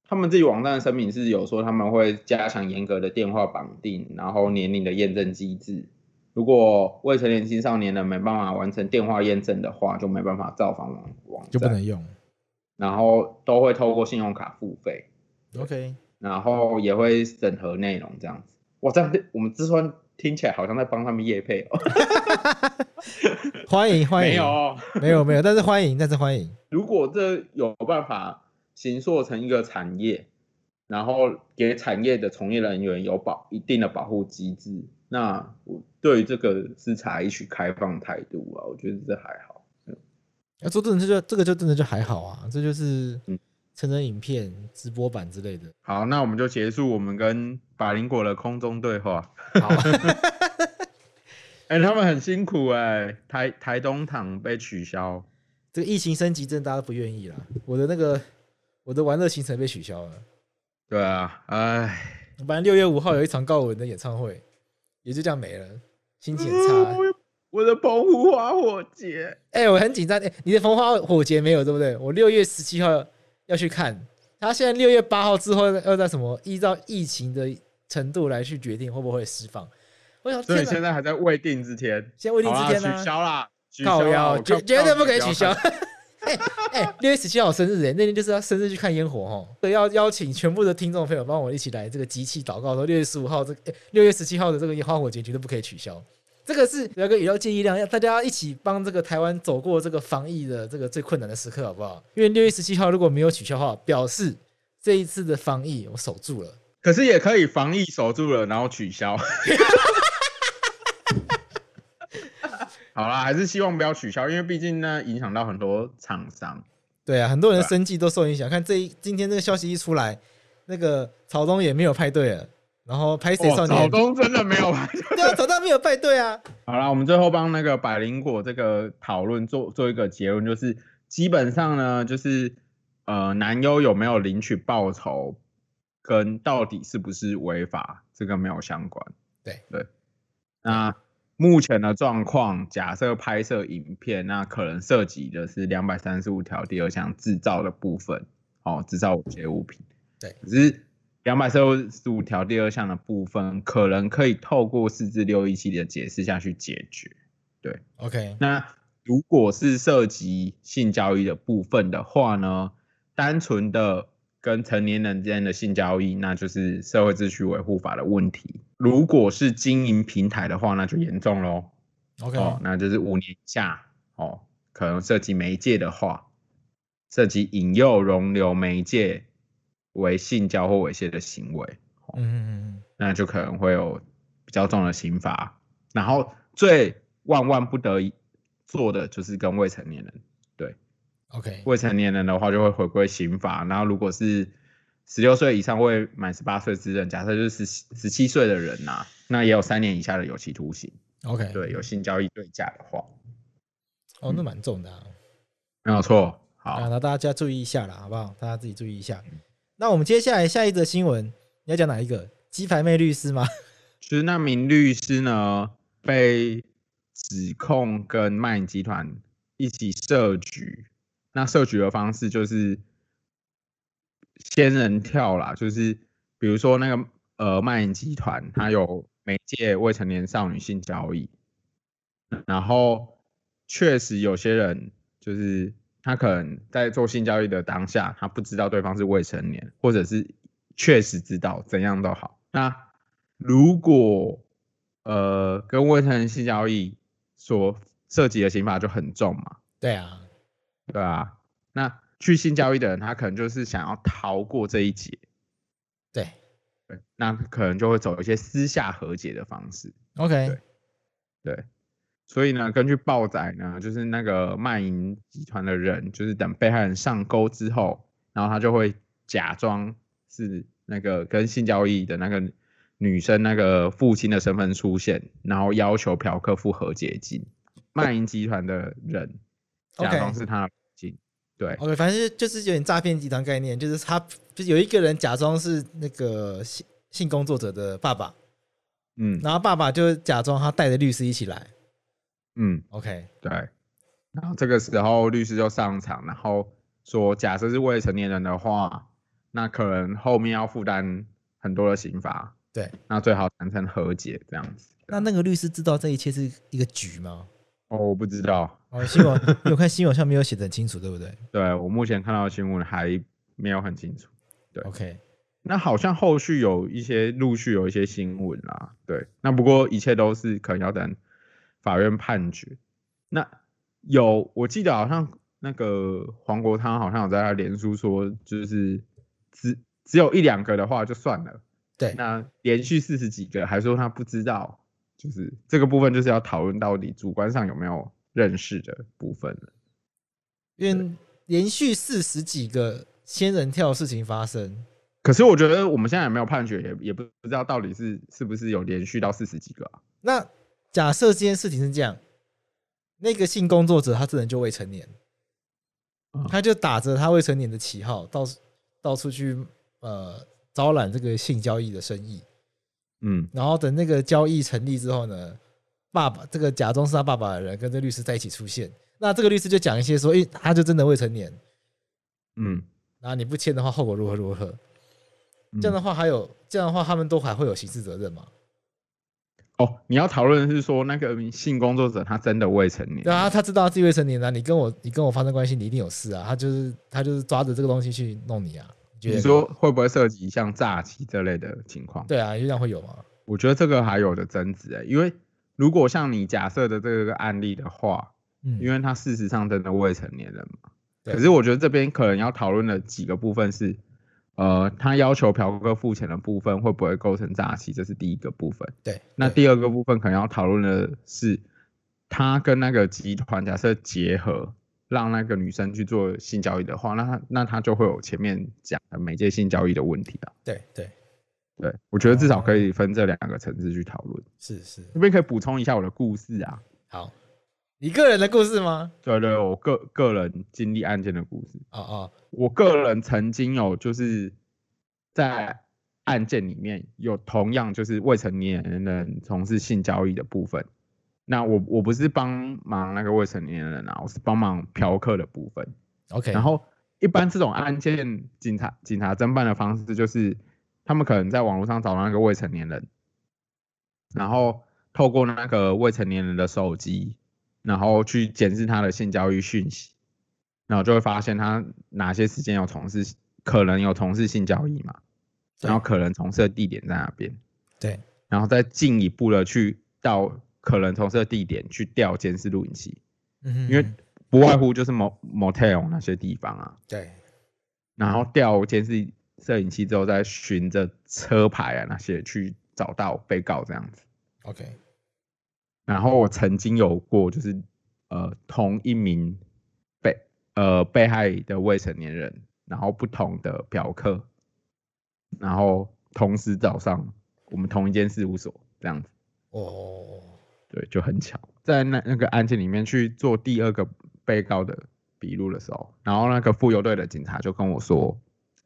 [SPEAKER 2] 他们自己网站的声明是有说他们会加强严格的电话绑定，然后年龄的验证机制，如果未成年青少年人没办法完成电话验证的话，就没办法造访网网
[SPEAKER 3] 就不
[SPEAKER 2] 站，
[SPEAKER 3] 能用。
[SPEAKER 2] 然后都会透过信用卡付费，
[SPEAKER 3] OK，
[SPEAKER 2] 然后也会审核内容这样子。哇，这样子我们这算听起来好像在帮他们业配哦，
[SPEAKER 3] 欢迎欢迎，
[SPEAKER 2] (laughs) 没有哦，
[SPEAKER 3] 没有没有，但是欢迎，但是欢迎。
[SPEAKER 2] 如果这有办法形塑成一个产业，然后给产业的从业人员有保一定的保护机制，那我对于这个是采取开放态度啊，我觉得这还好。
[SPEAKER 3] 要说真啊的，这就这个就真的就还好啊，这就是
[SPEAKER 2] 嗯
[SPEAKER 3] 成人影片、直播版之类的。
[SPEAKER 2] 好，那我们就结束我们跟法林果的空中对话。
[SPEAKER 3] 好，
[SPEAKER 2] (laughs) 哎、他们很辛苦哎、台台东堂被取消，
[SPEAKER 3] 这个疫情升级真的大家都不愿意啦。我的那个我的玩乐行程被取消了，
[SPEAKER 2] 对啊，哎，
[SPEAKER 3] 本来六月五号有一场告文的演唱会，也就这样没了，心情
[SPEAKER 2] (laughs)
[SPEAKER 3] 很差。
[SPEAKER 2] 我的澎湖花火节，
[SPEAKER 3] 哎、我很紧张。哎、你的《风花火节》没有对不对？我六月十七号要去看，他现在六月八号之后要在什么？依照疫情的程度来去决定会不会释放。我想，
[SPEAKER 2] 所以
[SPEAKER 3] 天
[SPEAKER 2] 现
[SPEAKER 3] 哪！
[SPEAKER 2] 在还在未定之天，
[SPEAKER 3] 先未定之天呢、
[SPEAKER 2] 好
[SPEAKER 3] 啊
[SPEAKER 2] 啦取消啦，取消
[SPEAKER 3] 靠
[SPEAKER 2] 啦
[SPEAKER 3] 腰
[SPEAKER 2] 我
[SPEAKER 3] 绝
[SPEAKER 2] 看
[SPEAKER 3] 绝对不可以
[SPEAKER 2] 到
[SPEAKER 3] 取消。 (laughs) 哎哎，六、月十七号我生日哎，那天就是要生日去看烟火哦。所以要邀请全部的听众朋友帮我一起来这个集气祷告说，六月十五号这个六、6月十哎七号的这个烟花火节绝对不可以取消。这个是有一个宇宙建议量，要大家要一起帮这个台湾走过这个防疫的这个最困难的时刻，好不好？因为六月十七号如果没有取消的话，表示这一次的防疫我守住了。
[SPEAKER 2] 可是也可以防疫守住了，然后取
[SPEAKER 3] (laughs)
[SPEAKER 2] 消。好啦，还是希望不要取消，因为毕竟呢影响到很多厂商。
[SPEAKER 3] 对啊，很多人
[SPEAKER 2] 对啊
[SPEAKER 3] 生计都受影响。看这一今天这个消息一出来，那个草东也没有派对了，然后拍谁少
[SPEAKER 2] 哇，草
[SPEAKER 3] 年
[SPEAKER 2] 哦东真的没有吧？
[SPEAKER 3] (laughs) 对啊，早到没有派对啊。
[SPEAKER 2] 好啦，我们最后帮那个百灵果这个讨论做做一个结论，就是基本上呢，就是呃男优有没有领取报酬，跟到底是不是违法，这个没有相关。
[SPEAKER 3] 对
[SPEAKER 2] 对，那目前的状况，假设拍摄影片，那可能涉及的是两百三十五条第二项制造的部分，哦，制造猥亵物品。只是两百三十五条第二项的部分，可能可以透过四至六一七的解释下去解决。
[SPEAKER 3] OK，
[SPEAKER 2] 那如果是涉及性交易的部分的话呢，单纯的跟成年人之间的性交易，那就是社会秩序维护法的问题。如果是经营平台的话，那就严重喽。
[SPEAKER 3] OK，、
[SPEAKER 2] 哦，那就是五年以下哦，可能涉及媒介的话，涉及引诱、容留媒介为性交或猥亵的行为，
[SPEAKER 3] 嗯嗯嗯
[SPEAKER 2] 那就可能会有比较重的刑罚。然后最万万不得已做的就是跟未成年人，
[SPEAKER 3] 嗯，OK，
[SPEAKER 2] 未成年人的话就会回归刑法。然后如果是十六岁以上未满十八岁之人，假设就是十十七岁的人呐、那也有三年以下的有期徒刑。
[SPEAKER 3] OK，，
[SPEAKER 2] 对，有性交易对价的话，
[SPEAKER 3] 哦，那蛮重的啊，
[SPEAKER 2] 没有错。
[SPEAKER 3] 啊，
[SPEAKER 2] 好
[SPEAKER 3] 那，大家注意一下啦，好不好？大家自己注意一下。那我们接下来下一则新闻，你要讲哪一个？鸡排妹律
[SPEAKER 2] (laughs)
[SPEAKER 3] 师吗？
[SPEAKER 2] 就是那名律师呢被指控跟卖淫集团一起设局，那设局的方式就是仙人跳啦，就是比如说那个呃卖淫集团，它有媒介未成年少女性交易，然后确实有些人就是他可能在做性交易的当下，他不知道对方是未成年，或者是确实知道，怎样都好。那如果呃跟未成年性交易所涉及的刑罚就很重嘛，
[SPEAKER 3] 对啊，
[SPEAKER 2] 对啊，那去性交易的人，他可能就是想要逃过这一劫，
[SPEAKER 3] 对
[SPEAKER 2] 对，那可能就会走一些私下和解的方式。
[SPEAKER 3] ，OK，
[SPEAKER 2] 对对，所以呢，根据报载呢，就是那个卖淫集团的人，就是等被害人上钩之后，然后他就会假装是那个跟性交易的那个女生那个父亲的身份出现，然后要求嫖客付和解金。卖淫集团的人假
[SPEAKER 3] OK 哦
[SPEAKER 2] 装是他的父亲，对
[SPEAKER 3] OK，反正就是就是有点诈骗集团概念，就是他就是有一个人假装是那个性性工作者的爸爸，
[SPEAKER 2] 嗯
[SPEAKER 3] 然后爸爸就假装他带着律师一起来。
[SPEAKER 2] 嗯，
[SPEAKER 3] OK，
[SPEAKER 2] 对。然后这个时候律师就上场，然后说，假设是未成年人的话，那可能后面要负担很多的刑罚。
[SPEAKER 3] 对，
[SPEAKER 2] 那最好谈成和解这样子。
[SPEAKER 3] 那那个律师知道这一切是一个局吗？
[SPEAKER 2] 哦，我不知道，
[SPEAKER 3] 哦，新闻因为我看新闻上 (laughs) 没有写的很清楚，对不对
[SPEAKER 2] 对我目前看到的新闻还没有很清楚。对
[SPEAKER 3] ？OK，
[SPEAKER 2] 那好像后续有一些陆续有一些新闻啦，对。那不过一切都是可能要等法院判决。那有，我记得好像那个黄国昌好像有在他脸书说，就是只只有一两个的话就算了，
[SPEAKER 3] 对，
[SPEAKER 2] 那连续四十几个还说他不知道，就是这个部分就是要讨论到底主观上有没有认识的部分了。
[SPEAKER 3] 因为连续四十几个仙人跳事情发生，
[SPEAKER 2] 可是我觉得我们现在也没有判决，也也不知道到底是是不是有连续到四十几个啊、
[SPEAKER 3] 那假设这件事情是这样，那个性工作者他真的就未成年
[SPEAKER 2] 嗯，
[SPEAKER 3] 他就打着他未成年的旗号，到处到处去呃招揽这个性交易的生意。
[SPEAKER 2] 嗯。
[SPEAKER 3] 然后等那个交易成立之后呢，爸爸这个假装是他爸爸的人跟这律师在一起出现，那这个律师就讲一些说，诶，他就真的未成年，
[SPEAKER 2] 嗯，
[SPEAKER 3] 然后你不签的话，后果如何如何？
[SPEAKER 2] 嗯
[SPEAKER 3] 这样的话还有这样的话，他们都还会有刑事责任嘛？
[SPEAKER 2] 哦，你要讨论的是说那个性工作者他真的未成年，
[SPEAKER 3] 对啊，他知道自己未成年啊，你跟我你跟我发生关系，你一定有事啊，他就是他就是抓着这个东西去弄你啊，你觉得
[SPEAKER 2] 你说会不会涉及像诈欺这类的情况？
[SPEAKER 3] 对啊，就这样会有吗？
[SPEAKER 2] 我觉得这个还有的争执哎，因为如果像你假设的这个案例的话，
[SPEAKER 3] 嗯，
[SPEAKER 2] 因为他事实上真的未成年人嘛，
[SPEAKER 3] 对
[SPEAKER 2] 可是我觉得这边可能要讨论的几个部分是，呃，他要求嫖客付钱的部分会不会构成诈欺，这是第一个部分。
[SPEAKER 3] 对，
[SPEAKER 2] 那
[SPEAKER 3] 对
[SPEAKER 2] 第二个部分可能要讨论的是，他跟那个集团假设结合，让那个女生去做性交易的话，那他那他就会有前面讲的媒介性交易的问题啊。
[SPEAKER 3] 对对
[SPEAKER 2] 对，我觉得至少可以分这两个层次去讨论。
[SPEAKER 3] 是是
[SPEAKER 2] 这边可以补充一下我的故事啊，
[SPEAKER 3] 好，你个人的故事吗？
[SPEAKER 2] 对对，我个个人经历案件的故事。
[SPEAKER 3] 哦哦，
[SPEAKER 2] 我个人曾经有就是在案件里面有同样就是未成年人从事性交易的部分。那我我不是帮忙那个未成年人啊，我是帮忙嫖客的部分。
[SPEAKER 3] ，OK，
[SPEAKER 2] 然后一般这种案件，警察警察侦办的方式就是，他们可能在网络上找到那个未成年人，然后透过那个未成年人的手机，然后去检视他的性交易讯息，然后就会发现他哪些时间有从事，可能有从事性交易嘛，
[SPEAKER 3] 对
[SPEAKER 2] 然后可能从事的地点在哪边，
[SPEAKER 3] 对，
[SPEAKER 2] 然后再进一步的去到可能从事的地点去调监视录影器，
[SPEAKER 3] 因
[SPEAKER 2] 因为不外乎就是某 motel 那些地方啊。
[SPEAKER 3] 对
[SPEAKER 2] 然后调监视摄影机之后，再循着车牌啊那些去找到被告这样子。
[SPEAKER 3] OK，
[SPEAKER 2] 然后我曾经有过，就是呃同一名被呃被害的未成年人，然后不同的嫖客，然后同时找上我们同一间事务所这样子，
[SPEAKER 3] 哦，
[SPEAKER 2] 对，就很巧，在那那个案件里面去做第二个被告的笔录的时候，然后那个妇幼队的警察就跟我说：“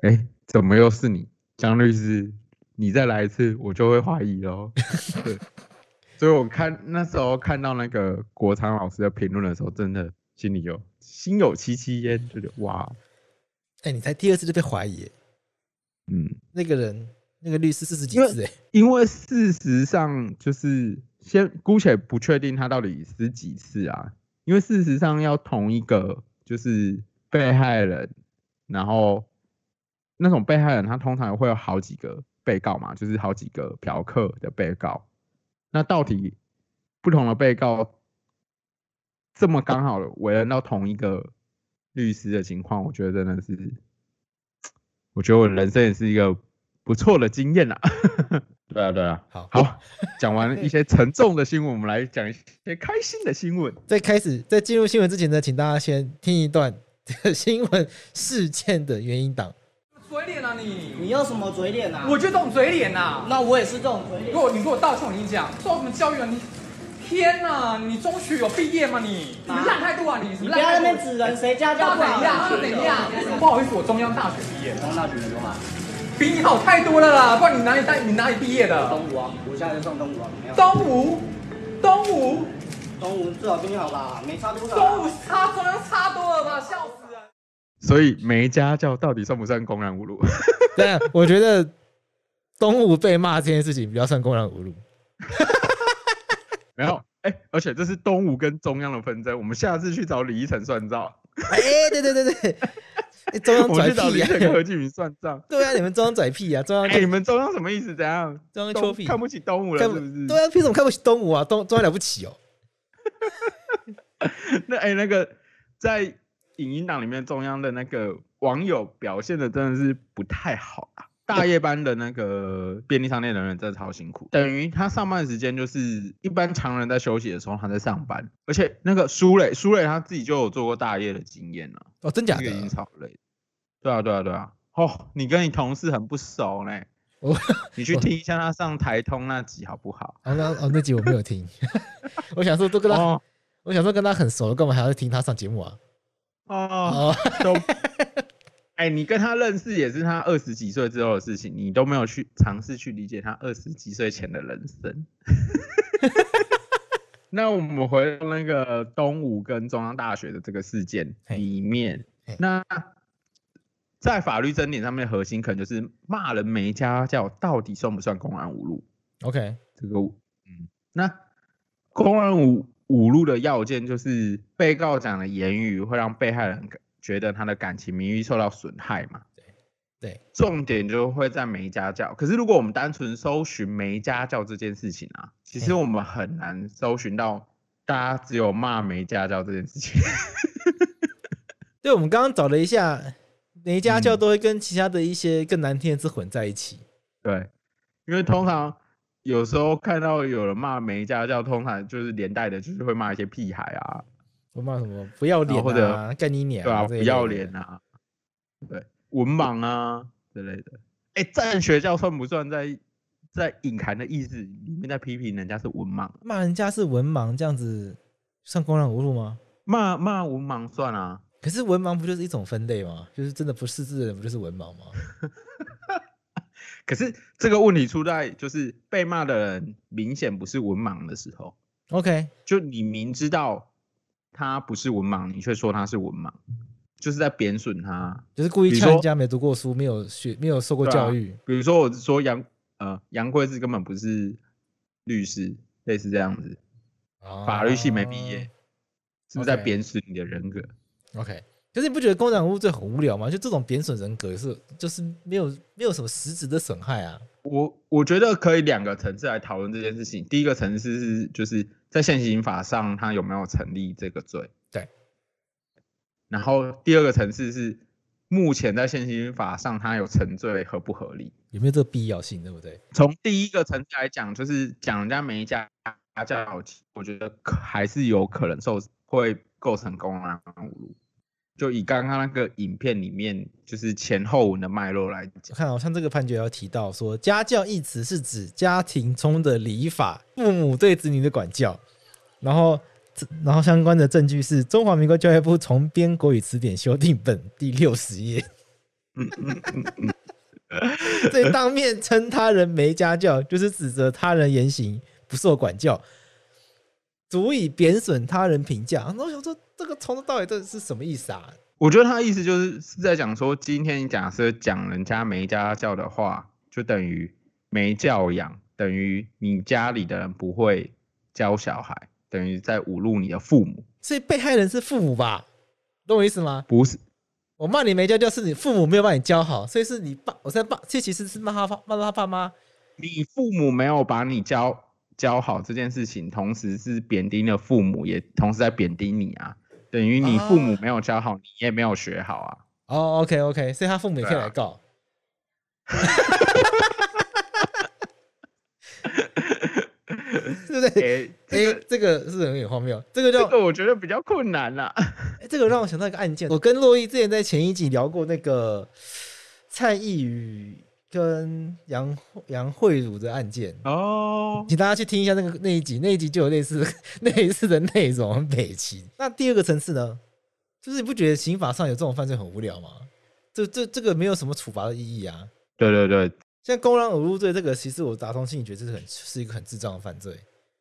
[SPEAKER 2] 哎、怎么又是你，江律师？你再来一次，我就会怀疑喽。”对，所以我看那时候看到那个国昌老师的评论的时候，真的心里有心有戚戚焉，就觉得哇，
[SPEAKER 3] 哎、你才第二次就被怀疑耶，
[SPEAKER 2] 嗯，
[SPEAKER 3] 那个人那个律师四十几
[SPEAKER 2] 因为
[SPEAKER 3] 次哎，
[SPEAKER 2] 因为事实上就是先姑且不确定他到底是几次啊，因为事实上要同一个就是被害人，然后那种被害人他通常会有好几个被告嘛，就是好几个嫖客的被告，那到底不同的被告这么刚好围绕到同一个律师的情况，我觉得真的是，我觉得我人生也是一个不错的经验啦。啊对啊，对啊。
[SPEAKER 3] 好，
[SPEAKER 2] 好，讲完一些沉重的新闻，我们来讲一些开心的新闻。
[SPEAKER 3] 在开始在进入新闻之前呢，请大家先听一段 (laughs) 新闻事件的原因档。
[SPEAKER 4] 嘴脸啊你！
[SPEAKER 5] 你要什么嘴脸啊？
[SPEAKER 4] 我就这种嘴脸呐、
[SPEAKER 5] 那我也是这种嘴
[SPEAKER 4] 你
[SPEAKER 5] 脸
[SPEAKER 4] 给。我你给我道歉，我跟你讲，受什么教育啊你？天呐、你中学有毕业吗你？什么烂态度啊你？什
[SPEAKER 5] 你
[SPEAKER 4] 么
[SPEAKER 5] 不要在那
[SPEAKER 4] 烂态
[SPEAKER 5] 边
[SPEAKER 4] 度？
[SPEAKER 5] 指人，谁家
[SPEAKER 4] 要
[SPEAKER 5] 教
[SPEAKER 4] 怎
[SPEAKER 5] 不好？
[SPEAKER 4] 样？要怎样？不好意思，我中央大学毕业。中央大学没多好，比你好太多了啦！不然你哪里大？你哪里毕业的？
[SPEAKER 5] 东吴啊，我现在就上东吴啊，没有
[SPEAKER 4] 东吴，东吴，
[SPEAKER 5] 东吴至少比你好吧，没差多少啊。
[SPEAKER 4] 东吴差中央差多了吧？笑死人！
[SPEAKER 2] 所以没家教到底算不算公然
[SPEAKER 3] (laughs)
[SPEAKER 2] 侮辱？
[SPEAKER 3] 对啊，我觉得东吴被骂这件事情比较算公然侮辱。
[SPEAKER 2] 没有，哎、而且这是东吴跟中央的纷争，我们下次去找李依晨算账，
[SPEAKER 3] 哎、对对对对，哎中央
[SPEAKER 2] 我们
[SPEAKER 3] 拽
[SPEAKER 2] 去找
[SPEAKER 3] 屁
[SPEAKER 2] 李依
[SPEAKER 3] 呀、。
[SPEAKER 2] 晨跟何敬明算账
[SPEAKER 3] 对啊，你 (laughs) 们中央拽屁呀、中央
[SPEAKER 2] 哎、你们中央什么意思？怎样？
[SPEAKER 3] 中央
[SPEAKER 2] 东
[SPEAKER 3] 丘屁，
[SPEAKER 2] 哎看不起东吴了
[SPEAKER 3] 看
[SPEAKER 2] 是
[SPEAKER 3] 不
[SPEAKER 2] 不是？
[SPEAKER 3] 对啊，凭什么看不起东吴啊？东中央了不起哦，
[SPEAKER 2] 那哎、那个在影音档里面，中央的那个网友表现的真的是不太好啊。大夜班的那个便利商店人员真的超辛苦，等于他上班时间就是一般常人在休息的时候，他在上班。而且那个苏磊，苏磊他自己就有做过大夜的经验了、啊，
[SPEAKER 3] 哦，真
[SPEAKER 2] 这
[SPEAKER 3] 假
[SPEAKER 2] 个已经
[SPEAKER 3] 的？
[SPEAKER 2] 超累。对啊，对啊，对啊。哦，你跟你同事很不熟嘞
[SPEAKER 3] 我，
[SPEAKER 2] 你去
[SPEAKER 3] 我
[SPEAKER 2] 听一下他上台通那集好不好？
[SPEAKER 3] 哦，那哦那集我没有听， (laughs) 我想说都跟他，
[SPEAKER 2] 哦
[SPEAKER 3] 我想说跟他很熟了，干嘛还要听他上节目啊？
[SPEAKER 2] 哦，
[SPEAKER 3] 哦， (laughs)
[SPEAKER 2] 都，哎、你跟他认识也是他二十几岁之后的事情，你都没有去尝试去理解他二十几岁前的人生。 (laughs) 那我们回到那个东吴跟中央大学的这个事件
[SPEAKER 3] 嘿
[SPEAKER 2] 里面
[SPEAKER 3] 嘿，
[SPEAKER 2] 那在法律争点上面的核心可能就是骂人没家教到底算不算公然侮辱？
[SPEAKER 3] OK，
[SPEAKER 2] 这个，嗯，那公然侮侮辱的要件就是被告讲的言语会让被害人感觉得他的感情名誉受到损害嘛？
[SPEAKER 3] 对，
[SPEAKER 2] 重点就会在没家教。可是如果我们单纯搜寻没家教这件事情啊，其实
[SPEAKER 3] 嘿
[SPEAKER 2] 我们很难搜寻到大家只有骂没家教这件事情。 (laughs)
[SPEAKER 3] 对，我们刚刚找了一下，每一家教
[SPEAKER 2] 嗯
[SPEAKER 3] 都会跟其他的一些更难听的字混在一起。
[SPEAKER 2] 对，因为通常有时候看到有人骂没家教，通常就是连带的就是会骂一些屁孩啊，
[SPEAKER 3] 我骂什么不要脸
[SPEAKER 2] 或
[SPEAKER 3] 啊，
[SPEAKER 2] 者
[SPEAKER 3] 干你娘、
[SPEAKER 2] 对啊，
[SPEAKER 3] 这
[SPEAKER 2] 不
[SPEAKER 3] 一
[SPEAKER 2] 要
[SPEAKER 3] 类的
[SPEAKER 2] 脸啊，对，文盲啊之类的。哎、占学教算不算在在隐含的意思里面在批评人家是文盲？
[SPEAKER 3] 骂人家是文盲这样子算公然侮辱吗？
[SPEAKER 2] 骂骂文盲算啊？
[SPEAKER 3] 可是文盲不就是一种分类吗？就是真的不识字的人不就是文盲吗？
[SPEAKER 2] 可是这个问题出在就是被骂的人明显不是文盲的时候，
[SPEAKER 3] OK，
[SPEAKER 2] 就你明知道他不是文盲，你却说他是文盲，就是在贬损他。
[SPEAKER 3] 就是故意
[SPEAKER 2] 比如
[SPEAKER 3] 呛人
[SPEAKER 2] 说
[SPEAKER 3] 家没读过书，没有学，没有受过
[SPEAKER 2] 对啊
[SPEAKER 3] 教育。
[SPEAKER 2] 比如说，我说杨呃杨贵志根本不是律师，类似这样子。啊
[SPEAKER 3] 哦
[SPEAKER 2] 法律系没毕业，是不是在
[SPEAKER 3] OK
[SPEAKER 2] 贬损你的人格？
[SPEAKER 3] 啊。OK，可是你不觉得公然侮辱罪很无聊吗？就这种贬损人格是，就是没有没有什么实质的损害啊。
[SPEAKER 2] 我我觉得可以两个层次来讨论这件事情。第一个层次是就是在现行法上，它有没有成立这个罪？
[SPEAKER 3] 对。
[SPEAKER 2] 然后第二个层次是目前在现行法上，它有成罪合不合理？
[SPEAKER 3] 有没有这个必要性，对不对？
[SPEAKER 2] 从第一个层次来讲，就是讲人家没家教，我觉得可还是有可能受会构成公然侮辱。就以刚刚那个影片里面，就是前后文的脉络来
[SPEAKER 3] 我
[SPEAKER 2] 讲，
[SPEAKER 3] 看好像这个判决要提到说，家教一词是指家庭中的礼法，父母对子女的管教，然后这然后相关的证据是《中华民国教育部重编国语词典修订本》第六十 (laughs) 页。对当面称他人没家教，就是指责他人言行不受管教，足以贬损他人评价。然后我想说，这个从头到尾这是什么意思啊？
[SPEAKER 2] 我觉得他的意思就是是在讲说，今天假设讲人家没家教的话，就等于没教养，等于你家里的人不会教小孩，等于在侮辱你的父母，
[SPEAKER 3] 所以被害人是父母吧？懂我意思吗？
[SPEAKER 2] 不是
[SPEAKER 3] 我骂你没教，就是你父母没有把你教好，所以是你爸，我在爸，这其实是骂他爸，骂他爸妈。
[SPEAKER 2] 你父母没有把你教教好这件事情，同时是贬低了父母，也同时在贬低你啊，等于你父母没有教好，你也没有学好啊。
[SPEAKER 3] 哦，OK，OK、o k OK，所以他父母也可以来 (laughs) 告。对不对？
[SPEAKER 2] 诶、
[SPEAKER 3] 哎、
[SPEAKER 2] 这个、
[SPEAKER 3] 这个是有点荒谬。这个
[SPEAKER 2] 这
[SPEAKER 3] 叫、
[SPEAKER 2] 个我觉得比较困难啦、 (laughs)
[SPEAKER 3] 哎这个让我想到一个案件。我跟洛伊之前在前一集聊过那个蔡依宇跟杨杨慧茹的案件，
[SPEAKER 2] 哦，
[SPEAKER 3] 请大家去听一下那个那一集，那一集就有类似 (laughs) 类似的内容，很北齐。那第二个层次呢，就是你不觉得刑法上有这种犯罪很无聊吗？这这这个没有什么处罚的意义啊。
[SPEAKER 2] 对对对，
[SPEAKER 3] 像公然侮辱罪这个，其实我打从心里觉得这是很是一个很智障的犯罪，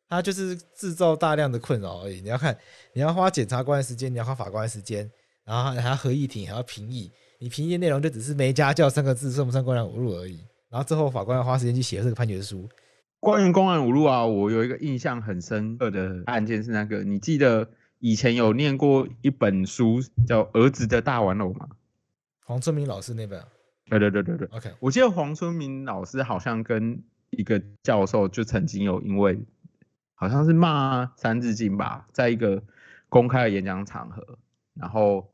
[SPEAKER 3] 它就是制造大量的困扰而已。你要看，你要花检察官的时间，你要花法官的时间，然后还要合议庭，还要评议。你评议的内容就只是“没家教”三个字算不算公然侮辱而已。然后最后法官要花时间去写这个判决书，
[SPEAKER 2] 关于公安五路啊，我有一个印象很深刻的案件是那个，你记得以前有念过一本书叫《儿子的大玩偶》吗？
[SPEAKER 3] 黄春明老师那本啊
[SPEAKER 2] 对对对对对，
[SPEAKER 3] ，OK，
[SPEAKER 2] 我记得黄春明老师好像跟一个教授就曾经有因为好像是骂三字经吧，在一个公开的演讲场合，然后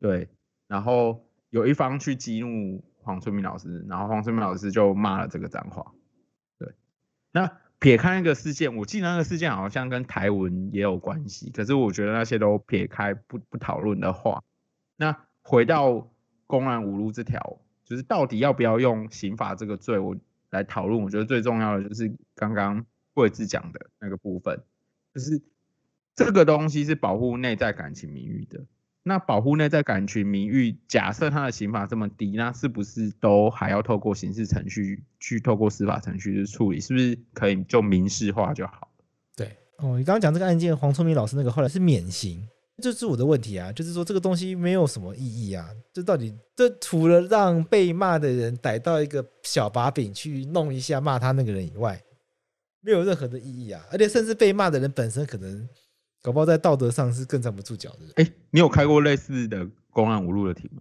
[SPEAKER 2] 对，然后有一方去激怒黄春明老师，然后黄春明老师就骂了这个脏话。对，那撇开那个事件，我记得那个事件好像跟台文也有关系，可是我觉得那些都撇开不不讨论的话，那回到公然侮辱这条，就是到底要不要用刑法这个罪，我来讨论。我觉得最重要的就是刚刚桂志讲的那个部分，就是这个东西是保护内在感情名誉的。那保护内在感情名誉，假设它的刑法这么低，那是不是都还要透过刑事程序去透过司法程序去处理？是不是可以就民事化就好？
[SPEAKER 3] 对，哦，你刚刚讲这个案件，黄春明老师那个后来是免刑，这是我的问题啊，就是说这个东西没有什么意义啊，这到底这除了让被骂的人逮到一个小把柄去弄一下骂他那个人以外，没有任何的意义啊，而且甚至被骂的人本身可能搞不好在道德上是更站不住脚的人。
[SPEAKER 2] 哎、你有开过类似的公安无路的题吗？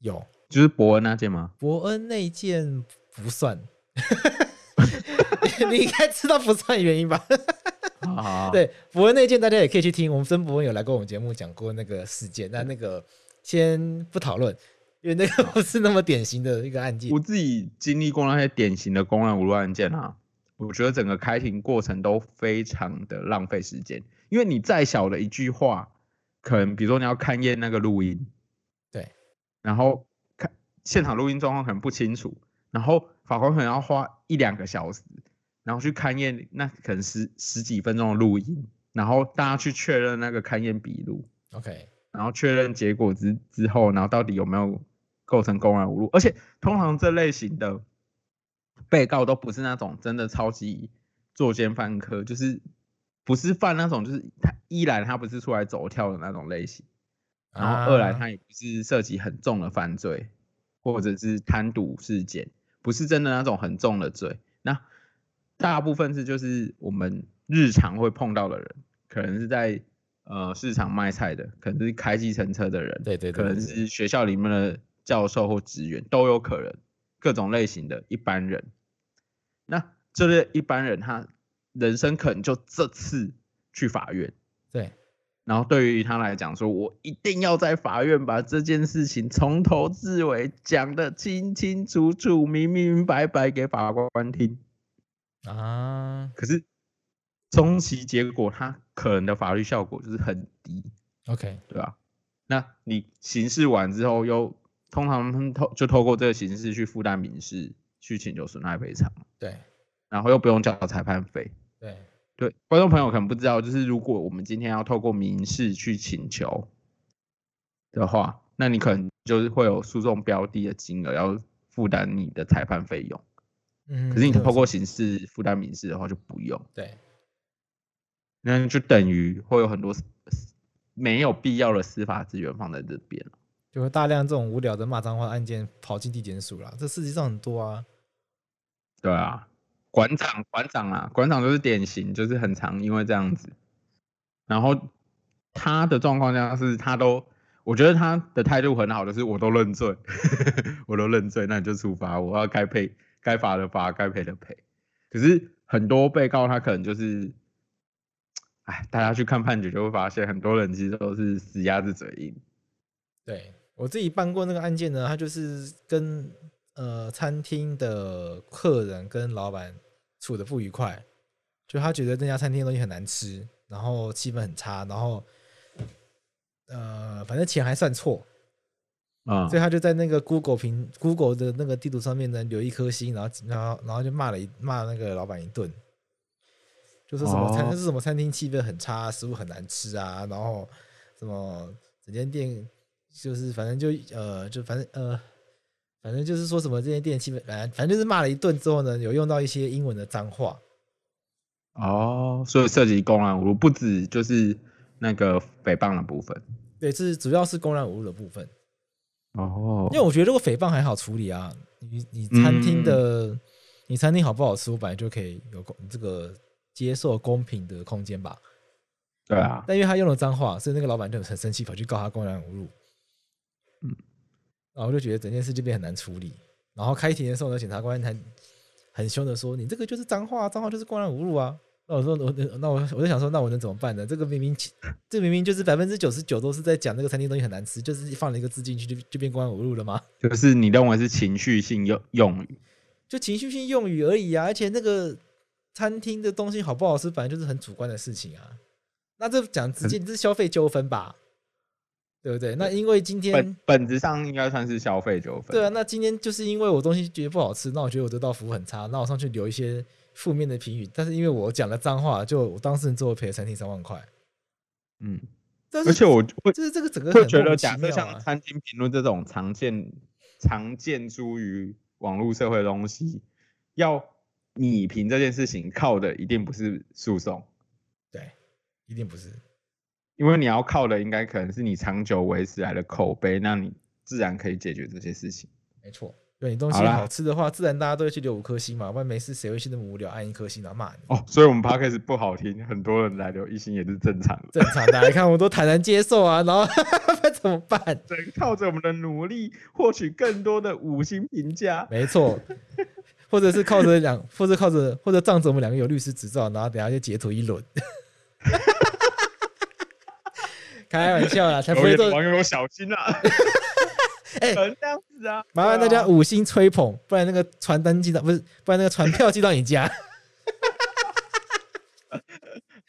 [SPEAKER 3] 有
[SPEAKER 2] 就是伯恩那件吗？
[SPEAKER 3] 伯恩那一件不算， (laughs) 你应该知道不算原因吧？
[SPEAKER 2] 啊，
[SPEAKER 3] 对，伯恩那件大家也可以去听，我们曾伯恩有来过我们节目讲过那个事件，那那个先不讨论，因为那个不是那么典型的一个案 (laughs) 件
[SPEAKER 2] 我。自己经历过那些典型的公然无路案件啊，我觉得整个开庭过程都非常的浪费时间，因为你再小的一句话，可能比如说你要勘验那个录音，
[SPEAKER 3] 对，
[SPEAKER 2] 然后看现场录音状况可能不清楚，然后法官可能要花一两个小时，然后去勘验那可能十十几分钟的录音，然后大家去确认那个勘验笔录，
[SPEAKER 3] OK，
[SPEAKER 2] 然后确认结果之之后，然后到底有没有构成公然侮辱？而且通常这类型的被告都不是那种真的超级作奸犯科，就是不是犯那种就是他一来他不是出来走跳的那种类型，然后二来
[SPEAKER 3] 啊
[SPEAKER 2] 他也不是涉及很重的犯罪，或者是贪渎事件，不是真的那种很重的罪。那大部分是就是我们日常会碰到的人，可能是在呃市场卖菜的，可能是开计程车的人，
[SPEAKER 3] 对对对
[SPEAKER 2] 可能
[SPEAKER 3] 对对
[SPEAKER 2] 是学校里面的教授或职员都有可能，各种类型的一般人。那这类一般人，他人生可能就这次去法院，
[SPEAKER 3] 对
[SPEAKER 2] 然后对于他来讲说，我一定要在法院把这件事情从头至尾讲得清清楚楚、明明白白给法官听。
[SPEAKER 3] 啊
[SPEAKER 2] 可是终其结果，他可能的法律效果就是很低，
[SPEAKER 3] ，OK，
[SPEAKER 2] 对吧、那你刑事完之后又，通常他们透就透过这个刑事去负担民事，去请求损害赔偿，
[SPEAKER 3] 对
[SPEAKER 2] 然后又不用交裁判费。
[SPEAKER 3] 对
[SPEAKER 2] 对，观众朋友可能不知道，就是如果我们今天要透过民事去请求的话，那你可能就是会有诉讼标的的金额要负担你的裁判费用，
[SPEAKER 3] 嗯
[SPEAKER 2] 可是你透过
[SPEAKER 3] 这个
[SPEAKER 2] 刑事负担民事的话就不用，
[SPEAKER 3] 对
[SPEAKER 2] 那就等于会有很多没有必要的司法资源放在这边。
[SPEAKER 3] 就会大量这种无聊的骂脏话案件跑进地检署啦，这世界上很多啊。
[SPEAKER 2] 对啊，馆长，馆长啊，馆长就是典型，就是很常因为这样子。然后他的状况下是，他都，我觉得他的态度很好，就是我都认罪， (laughs) 我都认罪，那你就处罚我，要该赔该罚的罚，该赔的赔。可是很多被告他可能就是，哎，大家去看判决就会发现，很多人其实都是死鸭子嘴硬。
[SPEAKER 3] 对我自己办过那个案件呢，他就是跟呃餐厅的客人跟老板处的不愉快，就他觉得那家餐厅的东西很难吃，然后气氛很差，然后呃反正钱还算错，
[SPEAKER 2] 嗯
[SPEAKER 3] 所以他就在那个 Google 评 Google 的那个地图上面呢留一颗星，然后然后然后就骂了一骂那个老板一顿，就说什么餐、
[SPEAKER 2] 哦
[SPEAKER 3] 是什么餐厅气氛很差，食物很难吃啊，然后什么整间店就是反正就呃就反正呃反正就是说什么这间店气氛反正反正就是骂了一顿之后呢，有用到一些英文的脏话，
[SPEAKER 2] 哦，所以涉及公然侮辱，不止就是那个诽谤的部分。
[SPEAKER 3] 对，这是主要是公然侮辱的部分。
[SPEAKER 2] 哦
[SPEAKER 3] 因为我觉得如果诽谤还好处理啊，你你餐厅的，你餐厅好不好吃，我本来就可以有公这个接受公平的空间吧。
[SPEAKER 2] 对啊，
[SPEAKER 3] 但因为他用了脏话，所以那个老板就很生气，跑去告他公然侮辱。
[SPEAKER 2] 嗯，
[SPEAKER 3] 然后我就觉得整件事就变很难处理。然后开庭的时候呢，检察官很很凶的说：“你这个就是脏话，脏话就是公然侮辱啊！”那我说：“我那我我就想说，那我能怎么办呢？这个明明这明明就是百分之九十九都是在讲那个餐厅东西很难吃，就是放了一个字进去就就变公然侮辱了吗？
[SPEAKER 2] 就是你认为是情绪性用用语，
[SPEAKER 3] 就情绪性用语而已啊！而且那个餐厅的东西好不好吃，本来就是很主观的事情啊。那这讲直接，这是消费纠纷吧？对不对？那因为今天
[SPEAKER 2] 本本质上应该算是消费纠纷。
[SPEAKER 3] 对啊，那今天就是因为我东西觉得不好吃，那我觉得我得到服务很差，那我上去留一些负面的评语，但是因为我讲了脏话，就我当事人最后赔了餐厅三万块。
[SPEAKER 2] 嗯，
[SPEAKER 3] 但是
[SPEAKER 2] 而且我会
[SPEAKER 3] 就是这个整个
[SPEAKER 2] 会
[SPEAKER 3] 很
[SPEAKER 2] 觉
[SPEAKER 3] 莫
[SPEAKER 2] 得，
[SPEAKER 3] 名
[SPEAKER 2] 假
[SPEAKER 3] 其
[SPEAKER 2] 设
[SPEAKER 3] 妙
[SPEAKER 2] 像
[SPEAKER 3] 啊
[SPEAKER 2] 餐厅评论这种常见常见诸于网络社会的东西，要你评这件事情，靠的一定不是诉讼，
[SPEAKER 3] 对，一定不是。
[SPEAKER 2] 因为你要靠的应该可能是你长久维持来的口碑，那你自然可以解决这些事情。
[SPEAKER 3] 没错，对你东西
[SPEAKER 2] 好啦
[SPEAKER 3] 好吃的话，自然大家都会去留五颗星嘛，不然没事谁会去那么无聊按一颗星然后骂你？
[SPEAKER 2] 哦，所以我们 podcast 不好听，很多人来留一星也是正常的。
[SPEAKER 3] 正常的啊，你看我都坦然接受啊，然后 (laughs) 那怎么办？
[SPEAKER 2] 人靠着我们的努力获取更多的五星评价。
[SPEAKER 3] 没错，或者是靠着两， (laughs) 或者靠着或者仗着我们两个有律师执照，然后等下就截图一轮。 (laughs) 开玩笑啦，才不
[SPEAKER 2] 留
[SPEAKER 3] 会
[SPEAKER 2] 言的
[SPEAKER 3] 做。
[SPEAKER 2] 网友小心啊！
[SPEAKER 3] (laughs) 哎
[SPEAKER 2] 能这样子啊！
[SPEAKER 3] 麻烦大
[SPEAKER 2] 对
[SPEAKER 3] 家
[SPEAKER 2] 啊
[SPEAKER 3] 五星吹捧，不然那个传单寄到不是，不然那个传票寄到
[SPEAKER 2] (laughs)
[SPEAKER 3] 你家。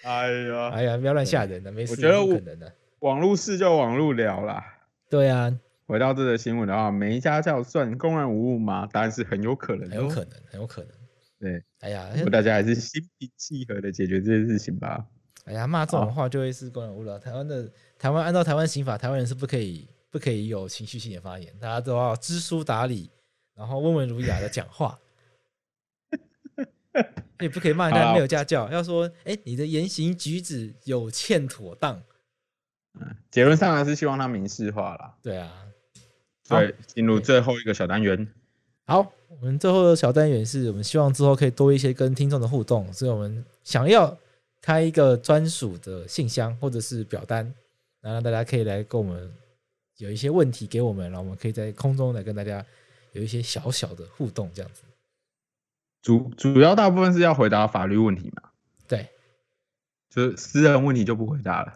[SPEAKER 2] 哎呀，
[SPEAKER 3] 哎呀，不要乱吓人了，没事，
[SPEAKER 2] 我觉得
[SPEAKER 3] 不
[SPEAKER 2] 我
[SPEAKER 3] 可能的。
[SPEAKER 2] 网路事就网路聊啦。
[SPEAKER 3] 对啊，
[SPEAKER 2] 回到这个新闻的话，每一家叫算公然无误吗？答案是很有可能的
[SPEAKER 3] 很
[SPEAKER 2] 哦，
[SPEAKER 3] 有可能，很有可能。
[SPEAKER 2] 对，
[SPEAKER 3] 哎呀，
[SPEAKER 2] 不过大家还是心平气和的解决这件事情吧。
[SPEAKER 3] 哎呀，骂这
[SPEAKER 2] 好
[SPEAKER 3] 种话就会是公然侮辱啊。台湾的台湾按照台湾刑法，台湾人是不可以不可以有情绪性的发言，大家都要知书达理，然后温文儒雅的讲
[SPEAKER 2] (laughs)
[SPEAKER 3] 话。也不可以骂人
[SPEAKER 2] 好
[SPEAKER 3] 家
[SPEAKER 2] 啦
[SPEAKER 3] 没有家教，要说哎、你的言行举止有欠妥当。
[SPEAKER 2] 结论上还是希望它民事化啦。
[SPEAKER 3] 对啊，好
[SPEAKER 2] 对，进入最后一个小单元，
[SPEAKER 3] 好，我们最后的小单元是我们希望之后可以多一些跟听众的互动，所以我们想要开一个专属的信箱或者是表单，然后让大家可以来跟我们有一些问题给我们，然后我们可以在空中来跟大家有一些小小的互动，这样子。
[SPEAKER 2] 主主要大部分是要回答法律问题嘛，
[SPEAKER 3] 对，
[SPEAKER 2] 就是私人问题就不回答了。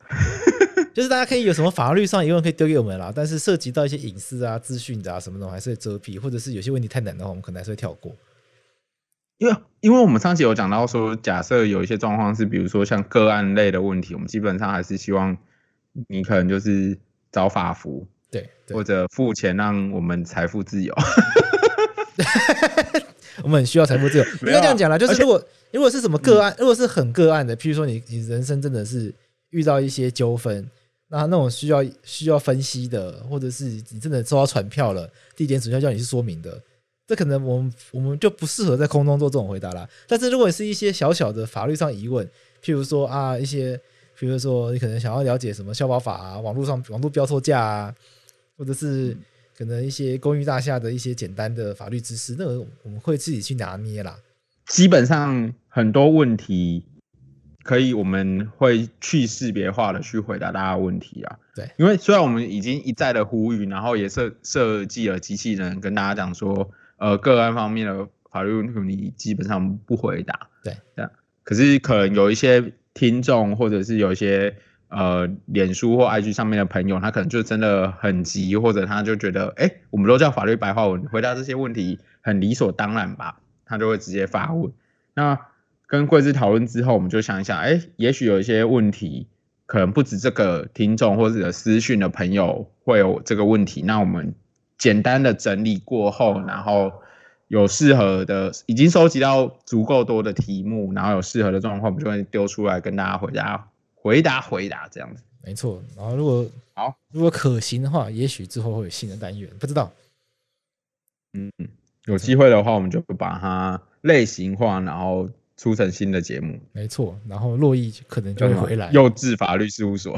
[SPEAKER 3] 就是大家可以有什么法律上疑问可以丢给我们啦，但是涉及到一些隐私啊、资讯的啊什么的，我们还是会遮蔽，或者是有些问题太难的话，我们可能还是会跳过。
[SPEAKER 2] 因为因为我们上期有讲到说，假设有一些状况是，比如说像个案类的问题，我们基本上还是希望你可能就是找法服
[SPEAKER 3] 对，对
[SPEAKER 2] 或者付钱让我们财富自由。
[SPEAKER 3] 我们很需要财富自由，应
[SPEAKER 2] (laughs) 没有啊嗯
[SPEAKER 3] 该这样讲啦，就是如果如果是什么个案，如果是很个案的，譬如说你你人生真的是遇到一些纠纷，那那种需要需要分析的，或者是你真的收到传票了，地点主要叫你去说明的，这可能我们我们就不适合在空中做这种回答啦。但是如果是一些小小的法律上疑问，譬如说啊一些，譬如说你可能想要了解什么消保法啊，网络上网络标错价啊，或者
[SPEAKER 2] 嗯
[SPEAKER 3] 是可能一些公寓大厦的一些简单的法律知识，那个我们会自己去拿捏啦。
[SPEAKER 2] 基本上很多问题可以，我们会去识别化的去回答大家的问题啊。
[SPEAKER 3] 对
[SPEAKER 2] 因为虽然我们已经一再的呼吁，然后也设设计了机器人跟大家讲说，呃，个案方面的法律问题你基本上不回答。
[SPEAKER 3] 对，
[SPEAKER 2] 这样。可是可能有一些听众或者是有一些呃脸书或 IG 上面的朋友，他可能就真的很急，或者他就觉得，哎、我们都叫法律白话文，回答这些问题很理所当然吧，他就会直接发问。那跟贵志讨论之后，我们就想一想，哎、也许有一些问题，可能不止这个听众或者私讯的朋友会有这个问题，那我们简单的整理过后，然后有适合的，已经收集到足够多的题目，然后有适合的状况，我们就会丢出来跟大家回答、回答、回答这样子。
[SPEAKER 3] 没错，然后如果
[SPEAKER 2] 好，
[SPEAKER 3] 如果可行的话，也许之后会有新的单元，不知道。
[SPEAKER 2] 有机会的话，我们就把它类型化，然后出成新的节目，
[SPEAKER 3] 没错，然后洛毅可能就会回来。 (laughs)
[SPEAKER 2] 幼稚法律事务所。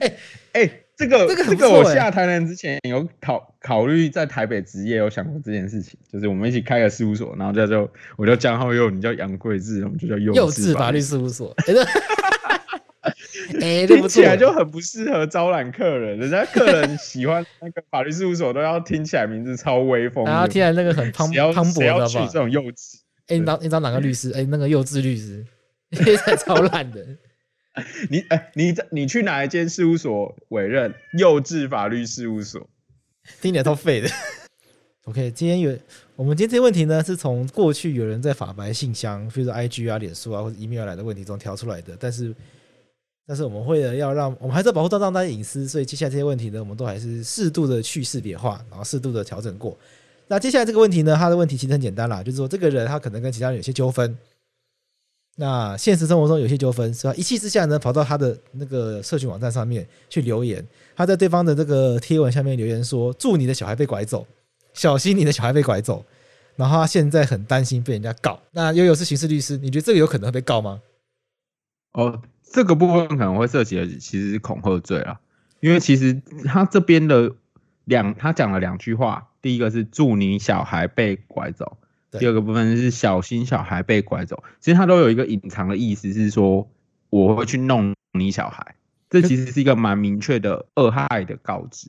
[SPEAKER 2] 哎哎、这个
[SPEAKER 3] 这个很
[SPEAKER 2] 这
[SPEAKER 3] 不错
[SPEAKER 2] 个我
[SPEAKER 3] 欸
[SPEAKER 2] 下台南之前有考考虑在台北职业，有想过这件事情，就是我们一起开个事务所，然后叫做我叫江浩佑，你叫杨贵志，我们就叫幼
[SPEAKER 3] 幼稚
[SPEAKER 2] 法
[SPEAKER 3] 法律事务所， (laughs) 哎、这哎这
[SPEAKER 2] 听
[SPEAKER 3] 不
[SPEAKER 2] 起
[SPEAKER 3] 错，
[SPEAKER 2] 来就很不适合招揽客人，人家客人喜欢那个法律事务所都要听起来名字超威风的，
[SPEAKER 3] 然后听起来那个很磅
[SPEAKER 2] 谁要
[SPEAKER 3] 磅
[SPEAKER 2] 谁
[SPEAKER 3] 礴
[SPEAKER 2] 要
[SPEAKER 3] 的
[SPEAKER 2] 去
[SPEAKER 3] 好
[SPEAKER 2] 这
[SPEAKER 3] 不好？
[SPEAKER 2] 种幼嗯稚？
[SPEAKER 3] 哎、你找你找哪个律师？哎、那个幼稚律师， (laughs) 才超烂的。
[SPEAKER 2] 你哎、你在你去哪一间事务所委任？幼稚法律事务所。
[SPEAKER 3] (laughs) 听起来都废的。OK，今天有我们今天这些问题呢，是从过去有人在法白信箱，比如说 IG 啊、脸书啊或者 email 来的问题中挑出来的，但是但是我们会要让我们还是要保护到让大家隐私，所以接下来这些问题呢，我们都还是适度的去识别化，然后适度的调整过。那接下来这个问题呢，他的问题其实很简单啦，就是说这个人他可能跟其他人有些纠纷，那现实生活中有些纠纷，是吧？一气之下呢，跑到他的那个社群网站上面去留言，他在对方的这个贴文下面留言说：“祝你的小孩被拐走，小心你的小孩被拐走。”然后他现在很担心被人家告。那悠悠是刑事律师，你觉得这个有可能会被告吗？
[SPEAKER 2] 哦，这个部分可能会涉及的其实是恐吓罪啦，因为其实他这边的两他讲了两句话，第一个是祝你小孩被拐走，
[SPEAKER 3] 对
[SPEAKER 2] 第二个部分是小心小孩被拐走，其实他都有一个隐藏的意思是说我会去弄你小孩，这其实是一个蛮明确的恶害的告知，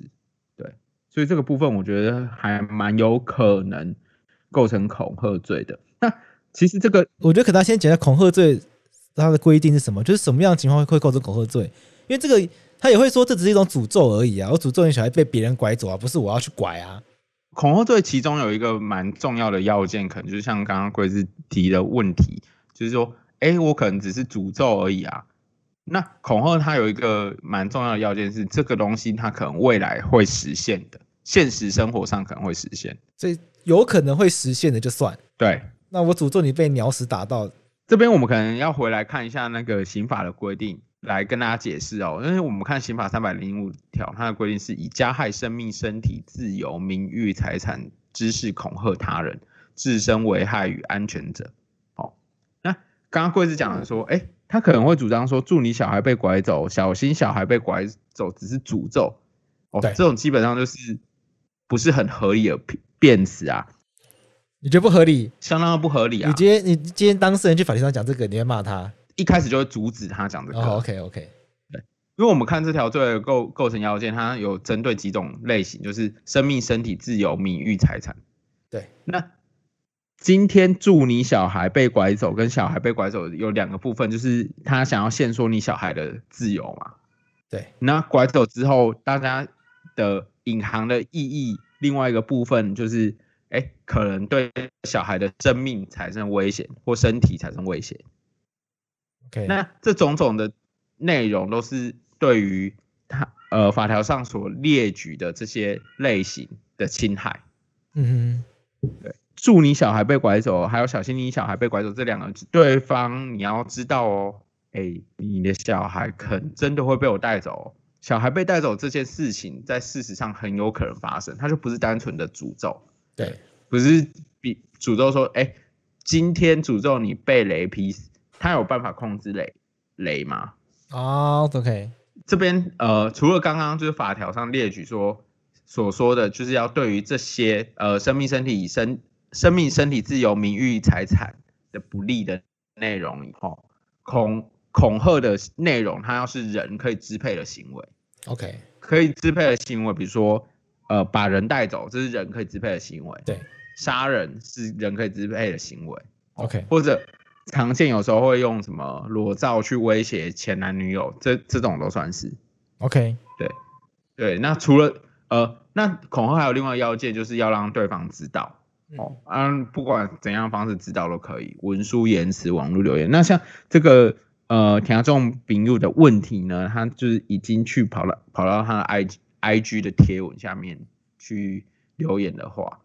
[SPEAKER 2] 对，所以这个部分我觉得还蛮有可能构成恐吓罪的。那其实这个
[SPEAKER 3] 我觉得可能要先讲一下恐吓罪它的规定是什么，就是什么样的情况会构成恐吓罪？因为这个他也会说这只是一种诅咒而已啊，我诅咒你小孩被别人拐走啊，不是我要去拐啊。
[SPEAKER 2] 恐吓罪其中有一个蛮重要的要件，可能就是像刚刚贵志提的问题，就是说，哎、我可能只是诅咒而已啊。那恐吓它有一个蛮重要的要件是，这个东西它可能未来会实现的，现实生活上可能会实现。
[SPEAKER 3] 所以有可能会实现的就算。
[SPEAKER 2] 对，
[SPEAKER 3] 那我诅咒你被鸟屎打到，
[SPEAKER 2] 这边我们可能要回来看一下那个刑法的规定，来跟大家解释哦。因为我们看刑法三百零五条，它的规定是以加害生命、身体、自由、名誉、财产之事恐吓他人，自身危害与安全者。哦，那刚刚贵子讲的说，哎、他可能会主张说，祝你小孩被拐走，小心小孩被拐走，只是诅咒。哦，
[SPEAKER 3] 对
[SPEAKER 2] 这种基本上就是不是很合理的辩辩词啊，
[SPEAKER 3] 你觉得不合理？
[SPEAKER 2] 相当的不合理啊
[SPEAKER 3] 你。今天你今天当事人去法庭上讲这个，你会骂他？
[SPEAKER 2] 一开始就会阻止他讲这个。
[SPEAKER 3] 哦，OK OK，
[SPEAKER 2] 因为我们看这条罪的构构成要件，它有针对几种类型，就是生命、身体、自由、名誉、财产。
[SPEAKER 3] 对，
[SPEAKER 2] 那今天祝你小孩被拐走，跟小孩被拐走有两个部分，就是他想要限缩你小孩的自由嘛。
[SPEAKER 3] 对，
[SPEAKER 2] 那拐走之后，大家的隐含的意义，另外一个部分就是，哎，可能对小孩的生命产生危险或身体产生危险。
[SPEAKER 3] OK，
[SPEAKER 2] 那这种种的内容都是对于他呃法条上所列举的这些类型的侵害。
[SPEAKER 3] 嗯
[SPEAKER 2] 祝你小孩被拐走，还有小心你小孩被拐走这两个，对方你要知道哦，哎、你的小孩可能真的会被我带走哦、小孩被带走这件事情，在事实上很有可能发生，它就不是单纯的诅咒，
[SPEAKER 3] 哼，对，
[SPEAKER 2] 不是比诅咒说，哎、今天诅咒你被雷劈死，他有办法控制雷雷吗？
[SPEAKER 3] 哦，OK，
[SPEAKER 2] 这边呃，除了刚刚就是法条上列举说所说的，就是要对于这些呃生命、身体、身生命、身体自由、名誉、财产的不利的内容以后，恐恐吓的内容，它要是人可以支配的行为，
[SPEAKER 3] OK，
[SPEAKER 2] 可以支配的行为，比如说呃把人带走，这是人可以支配的行为，
[SPEAKER 3] 对，
[SPEAKER 2] 杀人是人可以支配的行为
[SPEAKER 3] OK
[SPEAKER 2] 或者常见有时候会用什么裸照去威胁前男女友，这这种都算是。
[SPEAKER 3] OK，
[SPEAKER 2] 对，那除了呃，那恐吓还有另外一个要件，就是要让对方知道哦，嗯、不管怎样方式知道都可以，文书、言辞、网络留言。那像这个呃，田中丙佑的问题呢，他就是已经去跑到跑到他的 i i g 的贴文下面去留言的话，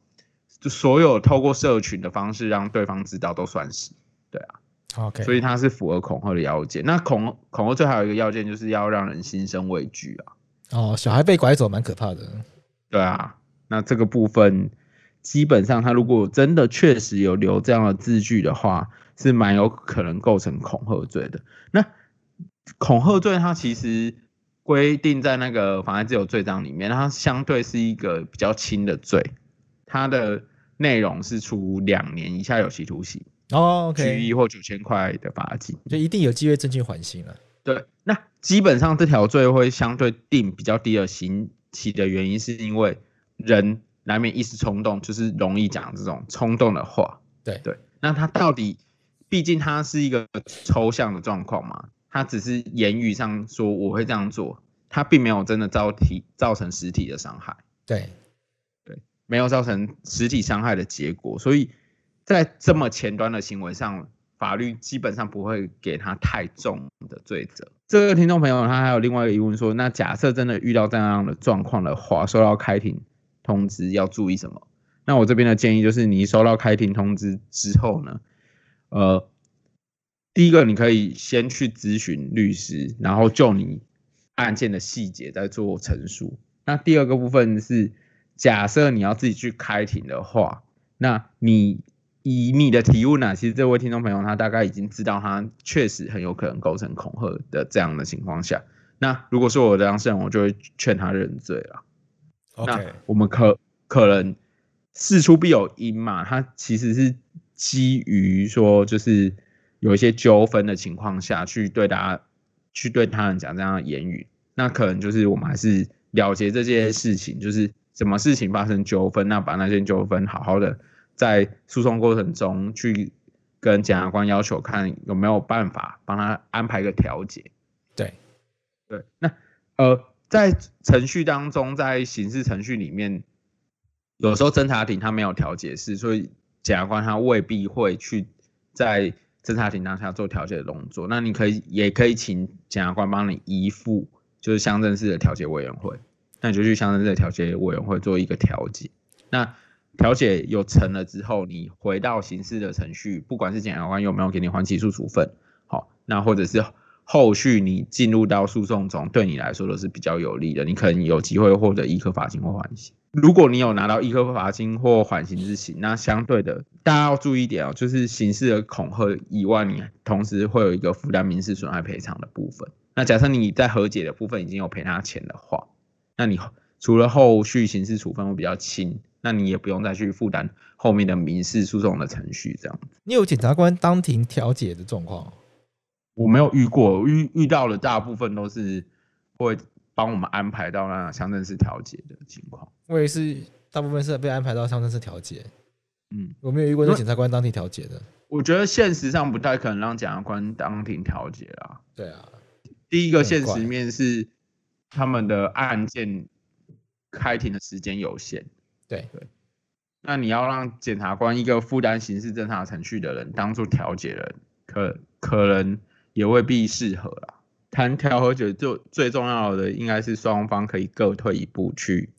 [SPEAKER 2] 就所有透过社群的方式让对方知道都算是。
[SPEAKER 3] OK，
[SPEAKER 2] 所以它是符合恐吓的要件。那恐恐吓罪还有一个要件，就是要让人心生畏惧啊。
[SPEAKER 3] 哦，小孩被拐走蛮可怕的。
[SPEAKER 2] 对啊，那这个部分基本上，他如果真的确实有留这样的字据的话，是蛮有可能构成恐吓罪的。那恐吓罪它其实规定在那个妨碍自由罪章里面，它相对是一个比较轻的罪，它的内容是处两年以下有期徒刑、
[SPEAKER 3] 哦
[SPEAKER 2] 拘
[SPEAKER 3] ，OK，
[SPEAKER 2] 役或九千块的罚金。
[SPEAKER 3] 就一定有机会证据缓刑了。
[SPEAKER 2] 对，那基本上这条罪会相对定比较低的刑期的原因，是因为人难免一时冲动，就是容易讲这种冲动的话。
[SPEAKER 3] 对
[SPEAKER 2] 对，那他到底，毕竟他是一个抽象的状况嘛，他只是言语上说我会这样做，他并没有真的造体造成实体的伤害。
[SPEAKER 3] 对，
[SPEAKER 2] 没有造成实体伤害的结果，所以在这么前端的行为上，法律基本上不会给他太重的罪责。这个听众朋友他还有另外一个疑问说，那假设真的遇到这样的状况的话，收到开庭通知要注意什么？那我这边的建议就是，你收到开庭通知之后呢，呃，第一个你可以先去咨询律师，然后就你案件的细节再做陈述。那第二个部分是，假设你要自己去开庭的话，那你以你的提问呢、其实这位听众朋友他大概已经知道，他确实很有可能构成恐吓的这样的情况下，那如果是我的当事人，我就会劝他认罪了。那
[SPEAKER 3] OK，
[SPEAKER 2] 我们可可能事出必有因嘛，它其实是基于说就是有一些纠纷的情况下去对大家去对他人讲这样的言语，那可能就是我们还是了结这些事情，就是什么事情发生纠纷，那把那些纠纷好好的在诉讼过程中去跟检察官要求看有没有办法帮他安排个调解。
[SPEAKER 3] 对
[SPEAKER 2] 对，那呃，在程序当中，在刑事程序里面，有时候侦查庭他没有调解室，所以检察官他未必会去在侦查庭当下做调解的动作。那你可以也可以请检察官帮你移付，就是乡镇市的调解委员会，那你就去乡镇市的调解委员会做一个调解。那调解有成了之后，你回到刑事的程序，不管是检察官有没有给你缓起诉处分，好，那或者是后续你进入到诉讼中，对你来说都是比较有利的，你可能有机会获得一颗罚金或缓刑。如果你有拿到一颗罚金或缓刑之刑，那相对的，大家要注意一点哦，就是刑事的恐吓以外，你同时会有一个负担民事损害赔偿的部分。那假设你在和解的部分已经有赔他钱的话，那你除了后续刑事处分会比较轻，那你也不用再去负担后面的民事诉讼的程序，这样。
[SPEAKER 3] 你有检察官当庭调解的状况哦，
[SPEAKER 2] 我没有遇过，我遇遇到的大部分都是会帮我们安排到那乡镇市调解的情况。
[SPEAKER 3] 我也是大部分是被安排到乡镇市调解，
[SPEAKER 2] 嗯，
[SPEAKER 3] 我没有遇过是
[SPEAKER 2] 对
[SPEAKER 3] 检察官当庭调解的。
[SPEAKER 2] 我觉得现实上不太可能让检察官当庭调解啊。
[SPEAKER 3] 对啊，
[SPEAKER 2] 第一个
[SPEAKER 3] 很
[SPEAKER 2] 现
[SPEAKER 3] 怪
[SPEAKER 2] 实面是他们的案件开庭的时间有限。
[SPEAKER 3] 对
[SPEAKER 2] 对，那你要让检察官一个负担刑事侦查程序的人当做调解人，可可能也未必适合啦。谈调和解最最重要的应该是双方可以各退一步，去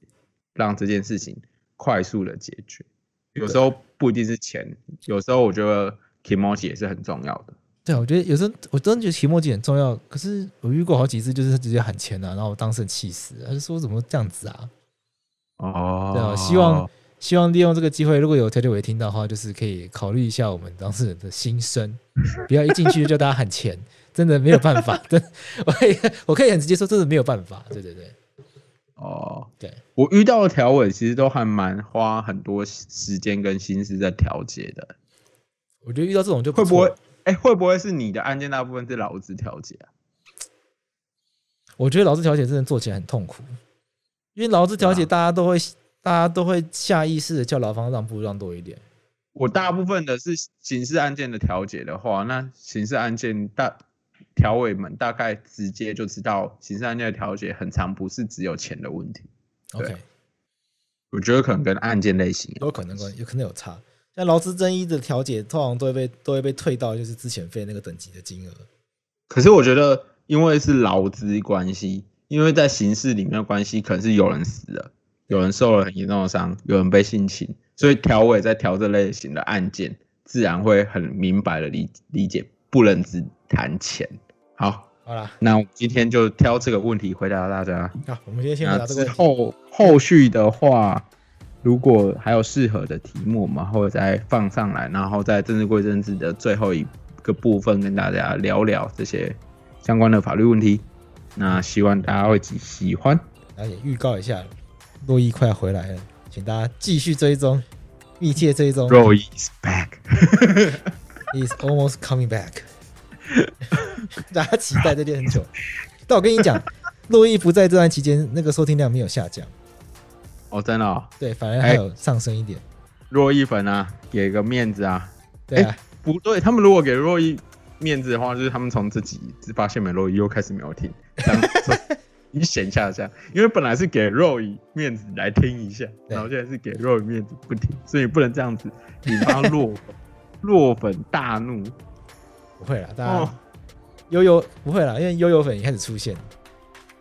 [SPEAKER 2] 让这件事情快速的解决。有时候不一定是钱，有时候我觉得 k i m o j i 也是很重要的。
[SPEAKER 3] 对啊，我觉得有时候我真的觉得期末检很重要，可是我遇过好几次就是他直接喊钱啊，然后我当事人气死，啊他就说怎么这样子啊？
[SPEAKER 2] 哦
[SPEAKER 3] 对啊，希望希望利用这个机会，如果有调解委听到的话，就是可以考虑一下我们当事人的心声，
[SPEAKER 2] (laughs)
[SPEAKER 3] 不要一进去就叫大家喊钱，真的没有办法，真的我可以我可以很直接说，真的没有办法，对对对，
[SPEAKER 2] 哦，
[SPEAKER 3] 对，
[SPEAKER 2] 我遇到的条尾其实都还蛮花很多时间跟心思在调节的。
[SPEAKER 3] 我觉得遇到这种就
[SPEAKER 2] 会不
[SPEAKER 3] 错
[SPEAKER 2] 会？哎、会不会是你的案件大部分是劳资调解啊？
[SPEAKER 3] 我觉得劳资调解真的做起来很痛苦，因为劳资调解
[SPEAKER 2] 对啊
[SPEAKER 3] 大家都会、大家都会下意识的叫劳方让步让多一点。
[SPEAKER 2] 我大部分的是刑事案件的调解的话，那刑事案件大条尾们大概直接就知道，刑事案件的调解很长不是只有钱的问题。
[SPEAKER 3] OK，
[SPEAKER 2] 我觉得可能跟案件类型有
[SPEAKER 3] 有可能有可能有差。像劳资争议的调解，通常都会被都会被退到就是之前费那个等级的金额。
[SPEAKER 2] 可是我觉得，因为是劳资关系，因为在刑事里面的关系，可能是有人死了，有人受了很严重的伤，有人被性侵，所以调委在调这类型的案件，自然会很明白的理理解，不能只谈钱。好，
[SPEAKER 3] 好啦，
[SPEAKER 2] 那我们今天就挑这个问题回答大家。
[SPEAKER 3] 好，我们今天先回
[SPEAKER 2] 那
[SPEAKER 3] 答这个
[SPEAKER 2] 之
[SPEAKER 3] 问题。
[SPEAKER 2] 后后续的话，如果还有适合的题目，我们会再放上来，然后在政治归政治的最后一个部分跟大家聊聊这些相关的法律问题。那希望大家会喜欢。
[SPEAKER 3] 然后也预告一下，洛伊快要回来了，请大家继续追踪，密切追踪
[SPEAKER 2] r o y is back，
[SPEAKER 3] ，is almost coming back，大家期待这练很久。但我跟你讲，洛伊不在这段期间，那个收听量没有下降，
[SPEAKER 2] 哦，真的、哦，
[SPEAKER 3] 对，反而还有上升一点。
[SPEAKER 2] 若一粉啊，给个面子啊。
[SPEAKER 3] 对啊，
[SPEAKER 2] 不对，他们如果给若一面子的话，就是他们从这集发现没若一又开始没有听，这样你闲下下，因为本来是给若一面子来听一下，
[SPEAKER 3] 对
[SPEAKER 2] 然后现在是给若一面子不听，所以不能这样子引发若粉若粉大怒。
[SPEAKER 3] 不会啦，大
[SPEAKER 2] 哦
[SPEAKER 3] 家悠悠不会啦，因为悠悠粉也开始出现了，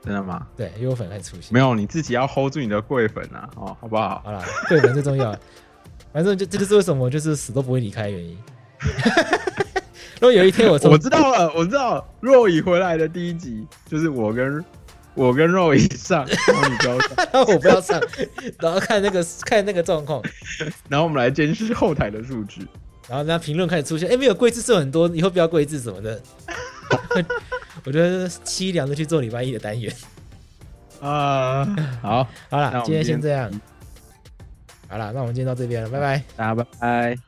[SPEAKER 2] 真的吗？
[SPEAKER 3] 对，悠悠粉开始出现。
[SPEAKER 2] 没有，你自己要 hold 住你的贵粉啊，哦，好不好？
[SPEAKER 3] 好啦，对人最重要。反正就这就是为什么我就是死都不会离开的原
[SPEAKER 2] (laughs)
[SPEAKER 3] 因。 (laughs) 如果有一天我从
[SPEAKER 2] 我知道了，我知道了若雨回来的第一集就是我跟我跟若雨上，然后你不要上，
[SPEAKER 3] 然后 (laughs) 我不要上，然后看那个看那个状况，
[SPEAKER 2] 然后我们来监视后台的数据。
[SPEAKER 3] 然后那评论开始出现，哎、没有贵字是有很多，以后不要贵字什么的。 (laughs) 我觉得凄凉的去做礼拜一的单元。
[SPEAKER 2] 啊、好，
[SPEAKER 3] 好
[SPEAKER 2] 那
[SPEAKER 3] 啦
[SPEAKER 2] 我，们
[SPEAKER 3] 今天先
[SPEAKER 2] 今天嗯
[SPEAKER 3] 这样。好啦，那我们今天到这边了，拜拜。
[SPEAKER 2] 大家拜拜。